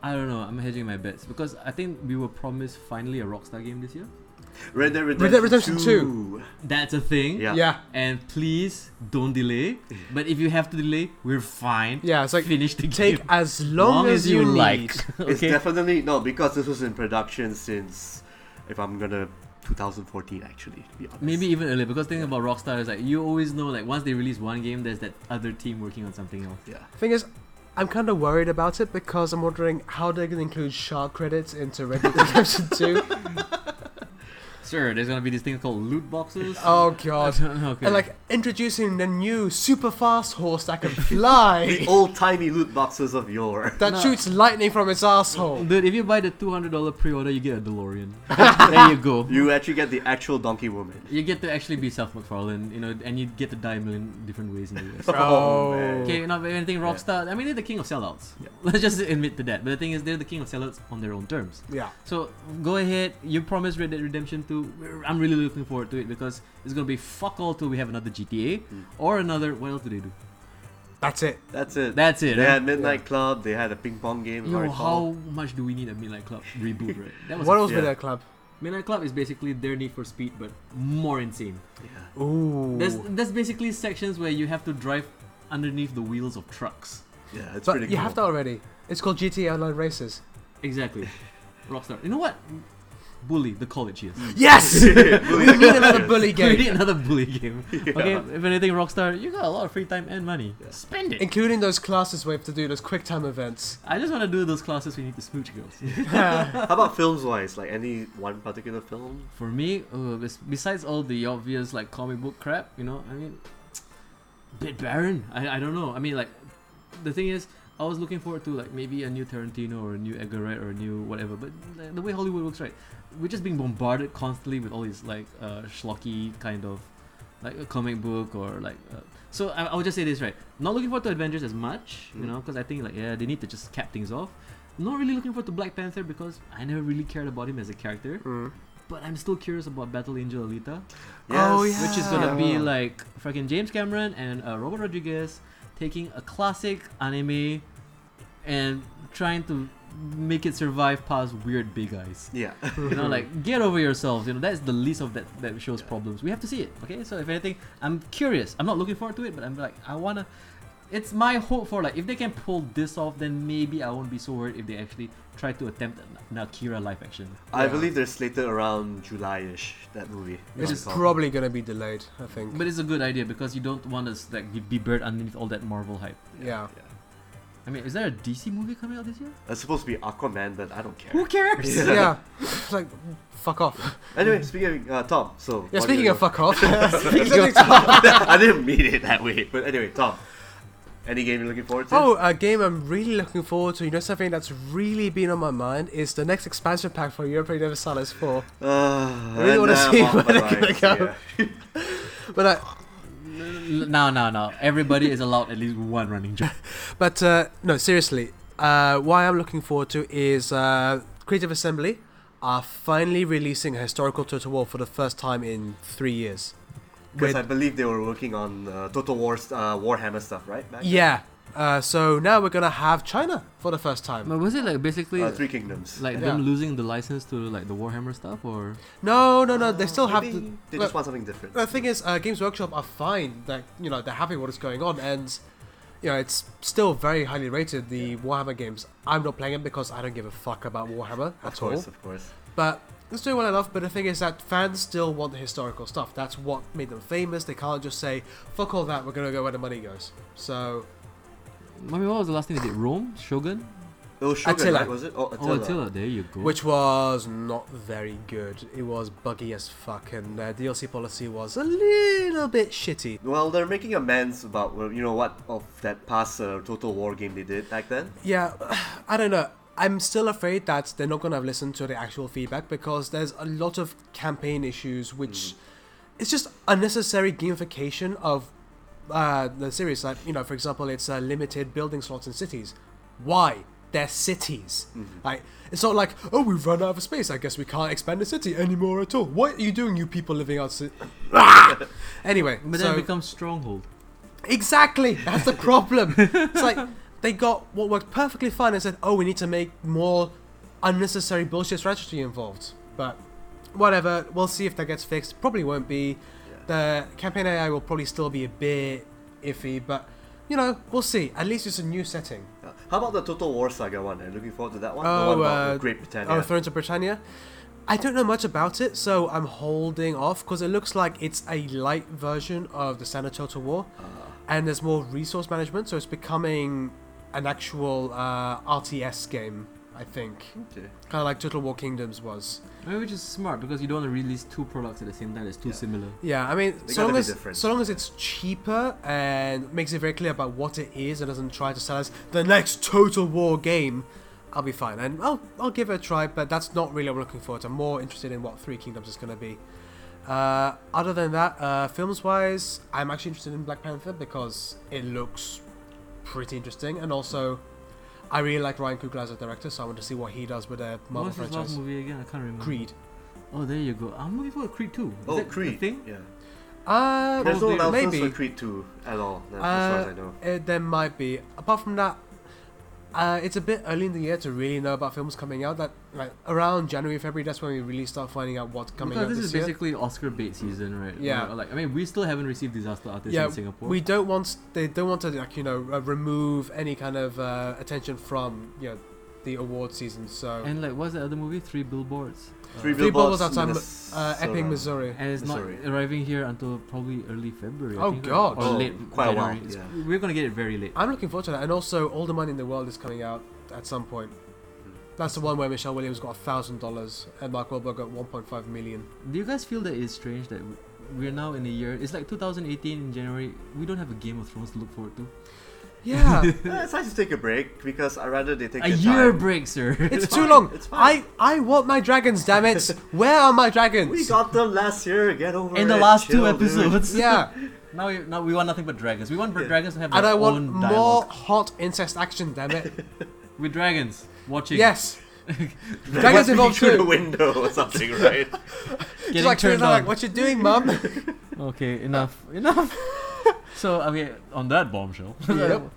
C: I don't know. I'm hedging my bets because I think we were promised finally a Rockstar game this year.
B: Red Dead
A: Dead
B: Redemption,
A: Redemption
B: 2.
C: That's a thing.
B: Yeah.
A: Yeah. yeah,
C: And please don't delay. But if you have to delay, we're fine.
A: It's like
C: Finish the
A: take
C: game.
A: as long, as, you, need.
C: like.
B: It's
C: okay.
B: definitely no, because this was in production since, if I'm gonna, 2014 actually. To be honest.
C: Maybe even earlier because thing about Rockstar is like you always know like once they release one game, there's that other team working on something else.
B: Yeah.
A: Thing is, I'm kind of worried about it because I'm wondering how they're going to include shark credits into Red Dead Redemption 2.
C: Sir, there's gonna be this thing called loot boxes.
A: Oh,
C: I
A: God.
C: don't know, okay.
A: And like introducing the new super fast horse that can fly
B: The old timey loot boxes of yore.
A: that
C: No.
A: shoots lightning from its asshole.
C: Dude, if you buy the two hundred dollar pre-order, you get a DeLorean. there you go.
B: You actually get the actual Donkey Woman.
C: You get to actually be Seth MacFarlane, you know, and you get to die a million different ways in the US.
A: Oh.
B: man.
C: Okay, not anything Rockstar. I mean, they're the king of sellouts.
B: Yeah.
C: Let's just admit to that. But the thing is, they're the king of sellouts on their own terms.
A: Yeah.
C: So go ahead. You promised Red Dead Redemption 2. I'm really looking forward to it because it's gonna be fuck all till we have another GTA
A: Hmm.
C: or another. What else do they do?
A: That's it.
B: That's it.
C: That's it.
B: they
C: huh?
B: had Midnight Club. They had a ping pong game. if I
C: Yo,
B: recall.
C: how much do we need a Midnight Club reboot? Right. That was
A: What else
B: yeah.
A: with that club?
C: Midnight Club is basically their Need for Speed, but more insane.
B: Yeah.
A: Ooh.
C: There's that's basically sections where you have to drive underneath the wheels of trucks.
B: Yeah, it's
A: but
B: pretty
A: you
B: cool.
A: have that already. It's called GTA Online Races.
C: Exactly. Rockstar. You know what? Bully the college years.
A: Yes! we need another Hmm. bully
C: We need
A: game.
C: another bully game. Okay,
B: Yeah.
C: if anything, Rockstar, you got a lot of free time and money.
B: Yeah.
C: Spend it.
A: Including those classes we have to do, those quick time events.
C: I just want to do those classes we need to smooch girls.
B: How about films wise? Like any one particular film?
C: For me, uh, bes- besides all the obvious like comic book crap, you know, I mean, bit barren. I, I don't know. I mean, like, the thing is, I was looking forward to like maybe a new Tarantino or a new Edgar Wright or a new whatever. But like, the way Hollywood works, right, we're just being bombarded constantly with all these like uh, schlocky kind of like a comic book or like. Uh, so I, I would just say this right. Not looking forward to Avengers as much, you
B: Mm.
C: know, because I think like yeah they need to just cap things off. Not really looking forward to Black Panther because I never really cared about him as a character.
A: Mm.
C: But I'm still curious about Battle Angel Alita
A: Oh,
B: Yes.
C: which is
A: Yeah.
C: gonna be like freaking James Cameron and uh, Robert Rodriguez taking a classic anime and trying to make it survive past weird big eyes.
B: Yeah.
C: You know, like get over yourselves. You know, that's the least of that that show's
B: Yeah.
C: problems. We have to see it. Okay, so if anything, I'm curious. I'm not looking forward to it, but I'm like, I wanna. It's my hope for like if they can pull this off, then maybe I won't be so worried if they actually try to attempt an an Akira live action.
B: I
A: Yeah.
B: believe they're slated around July-ish. That movie.
A: It's
C: is
B: Rom-com.
A: probably gonna be delayed, I think.
C: But it's a good idea because you don't want to like be- be buried underneath all that Marvel hype.
A: yeah.
C: I mean, is there a DC movie coming out this year?
B: It's supposed to be Aquaman, but I don't care.
C: Who cares?
A: Yeah. like, fuck off.
B: Anyway, speaking of uh, Tom, so
A: Yeah,
B: what
A: speaking
B: do
A: of fuck off.
B: you-
A: speaking of Tom.
B: I didn't mean it that way, but anyway, Tom, any game you're looking forward to?
A: Oh, a game I'm really looking forward to. You know, something that's really been on my mind is the next expansion pack for Europa Universalis 4.
B: uh,
A: I really
B: and
A: wanna
B: I'm
A: see
B: off
A: where
B: my
A: they're gonna
B: rights,
A: go.
B: yeah.
A: But I,
C: no, no, no. Everybody is allowed at least one running joke.
A: But uh, no, seriously, uh, what I'm looking forward to is uh, Creative Assembly are finally releasing a historical Total War for the first time in three years.
B: Because
A: With-
B: I believe they were working on uh, Total War's uh, Warhammer stuff, right? Back
A: yeah, uh, so now we're gonna have China for the first time.
C: But was it like basically
B: then? Uh, Three Kingdoms.
C: like
A: Yeah.
C: them losing the license to like the Warhammer stuff, or
A: No, no, no, they
B: Uh,
A: still have.
B: maybe
A: To,
B: They
A: well-
B: just want something different.
A: the thing is, uh, Games Workshop are fine. That you know they're happy with what's going on, and you know it's still very highly rated. The Warhammer games. I'm not playing it because I don't give a fuck about Warhammer
B: Of
A: at all.
B: course, of course.
A: But it's doing well enough. But the thing is that fans still want the historical stuff. That's what made them famous. They can't just say fuck all that. We're gonna go where the money goes. So
C: I mean, what was the last thing they did? Rome, Shogun,
B: It was Shogun,
A: Attila.
B: right? Was it? Oh, Attila.
C: oh Attila. There you go.
A: which was not very good. It was buggy as fuck, and their DLC policy was a little bit shitty.
B: Well, they're making amends about well, you know what of that past uh, Total War game they did back then.
A: Yeah, I don't know. I'm still afraid that they're not gonna have listened to the actual feedback because there's a lot of campaign issues, which it's just unnecessary gamification of uh, the series. Like you know, for example, it's uh, limited building slots in cities. Why? They're cities. Like it's not like oh we've run out of space. I guess we can't expand the city anymore at all. What are you doing, you people living out? ci- anyway,
C: but
A: so-
C: then it becomes Stronghold.
A: Exactly. That's the problem. it's like they got what worked perfectly fine and said, "Oh, we need to make more unnecessary bullshit strategy involved." But whatever. We'll see if that gets fixed. Probably won't be. The campaign AI will probably still be a bit iffy, but you know, we'll see. At least it's a new setting.
B: Uh, How about the Total War Saga one? Are you looking forward to that one?
A: Oh,
B: the one about
A: uh,
B: Great Britannia.
A: Oh, Thrones of Britannia. I don't know much about it, so I'm holding off because it looks like it's a light version of the standard Total War,
B: Ah,
A: and there's more resource management, so it's becoming an actual uh, RTS game. I think,
B: okay.
A: kind of like Total War Kingdoms was.
C: I mean, which is smart because you don't want to release two products at the same time that's too
B: Yeah.
C: similar.
A: Yeah, I mean,
B: They
A: so
B: gotta
A: long
B: be
A: as
B: different.
A: so long as it's cheaper and makes it very clear about what it is and doesn't try to sell us the next Total War game, I'll be fine. And I'll I'll give it a try, but that's not really what I'm looking forward to. I'm more interested in what Three Kingdoms is going to be. Uh, other than that, uh, films wise, I'm actually interested in Black Panther because it looks pretty interesting, and also I really like Ryan Coogler as a director, so I want to see what he does with a
C: What
A: Marvel
C: was his last
A: franchise.
C: movie again? I can't remember.
A: Creed.
C: Oh, there you go. I'm looking for Creed 2. Is
B: Oh,
C: that the
B: Creed.
C: thing?
B: Yeah.
A: Uh,
B: There's no announcements
A: maybe.
B: for Creed 2 at all, as far as
A: Uh,
B: I know.
A: eh, there might be. Apart from that, uh, it's a bit early in the year to really know about films coming out. That like around January, February, that's when we really start finding out what's coming
C: Because
A: out
C: this,
A: this,
C: is
A: year.
C: basically Oscar bait season, right?
A: Yeah.
C: Like- Like, I mean, we still haven't received disaster artists
A: Yeah,
C: in Singapore.
A: We don't want they don't want to like you know uh, remove any kind of uh, attention from you know the award season. So
C: and like, what's the other movie? Three Billboards.
B: Three
A: Three Billboards
B: Billboards
A: Outside
B: Minnes-
A: uh, Epping,
B: Sora.
A: Missouri.
C: And it's not
B: Sorry.
C: arriving here until probably early February. I
A: Oh,
C: think,
A: God.
C: Or
B: Oh,
C: late
B: quite a while,
C: January. It's- We're gonna get it very late.
A: I'm looking forward to that. And also, All the Money in the World is coming out at some point. That's the one where Michelle Williams got thousand dollars and Mark Wahlberg got 1.5 million.
C: Do you guys feel that it's strange that w- we're now in a year? It's like 2018 in January. We don't have a Game of Thrones to look forward to.
A: Yeah,
B: Eh, it's nice to take a break because I rather they take
C: A
B: their
C: year
B: time.
C: break, sir.
A: it's
B: It's
A: too
B: fine,
A: long.
B: it's
A: I
B: fine.
A: I want my dragons, damn it! Where are my dragons?
B: We got them last year. Get over it.
C: in the last
B: chill,
C: two
B: dude.
C: episodes.
A: yeah,
C: Now we, now we want nothing but dragons. We want
B: Yeah.
C: dragons to have their
A: and I want
C: own
A: more
C: dialogue.
A: hot incest action, damn it!
C: With dragons watching.
A: Yes,
B: They
A: Dragons
B: must be
A: Evolve
B: through the
A: 2.
B: window or something, right?
C: Getting
A: She's like,
C: turned
A: "Serena, like,
C: on.
A: what you doing, mum?
C: Okay, enough. Enough. so, okay, on that bombshell.
A: Yep. I
B: um,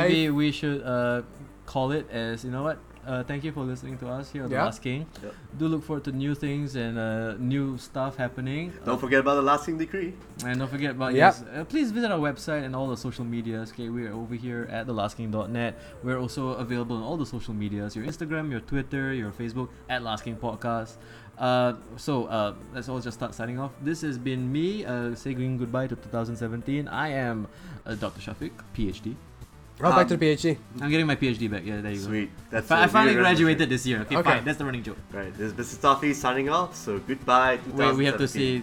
C: Maybe we should uh, call it as you know what. Uh, thank you for listening to us here on
A: Yeah.
C: The Last King.
B: Yep.
C: Do look forward to new things and uh, new stuff happening.
B: Don't forget about the lasting decree.
C: And don't forget about
A: Yep.
C: yes. Uh, please visit our website and all the social medias. Okay, we are over here at thelastking.net. We're also available on all the social medias: your Instagram, your Twitter, your Facebook at Last King Podcast. Uh, so uh, let's all just start signing off. This has been me uh, saying goodbye to 2017. I am uh, Dr. Shafiq, PhD.
A: Right back to
B: Um,
A: the E. PhD.
C: I'm getting my PhD back. Yeah, there you go.
B: Sweet. That's
C: Fi-
B: it.
C: I
B: We
C: finally
B: did it.
C: graduated this year. Okay,
A: Okay.
C: fine. That's the running joke.
B: Right. This is Mrs. Toffee signing off. So goodbye.
C: Wait, we have to
B: 2017.
C: say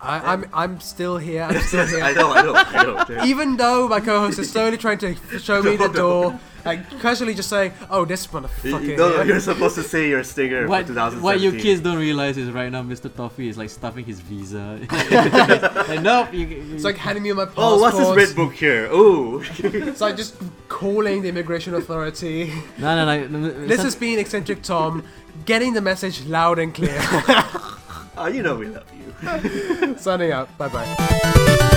A: I, I'm I'm still here. I'm still
B: I
A: here.
B: know. I know. I know. dude.
A: Even though my co-host is slowly trying to show me the door, like casually just saying, "Oh, this
B: You-
A: motherfucker."
B: you- No, no,
A: here."
B: you're supposed to say your stinger
C: what,
B: for 2017.
C: what you kids don't realize is right now Mr. Toffee is like stuffing his visa. like, nope. You, you,
A: It's like handing me my passport.
B: Oh, what's this red book here? Ooh.
A: It's like just calling the immigration authority.
C: no, no, no, no, no.
A: this has been eccentric Tom, getting the message loud and clear.
B: Oh, you know we love you.
A: Signing out. Bye bye.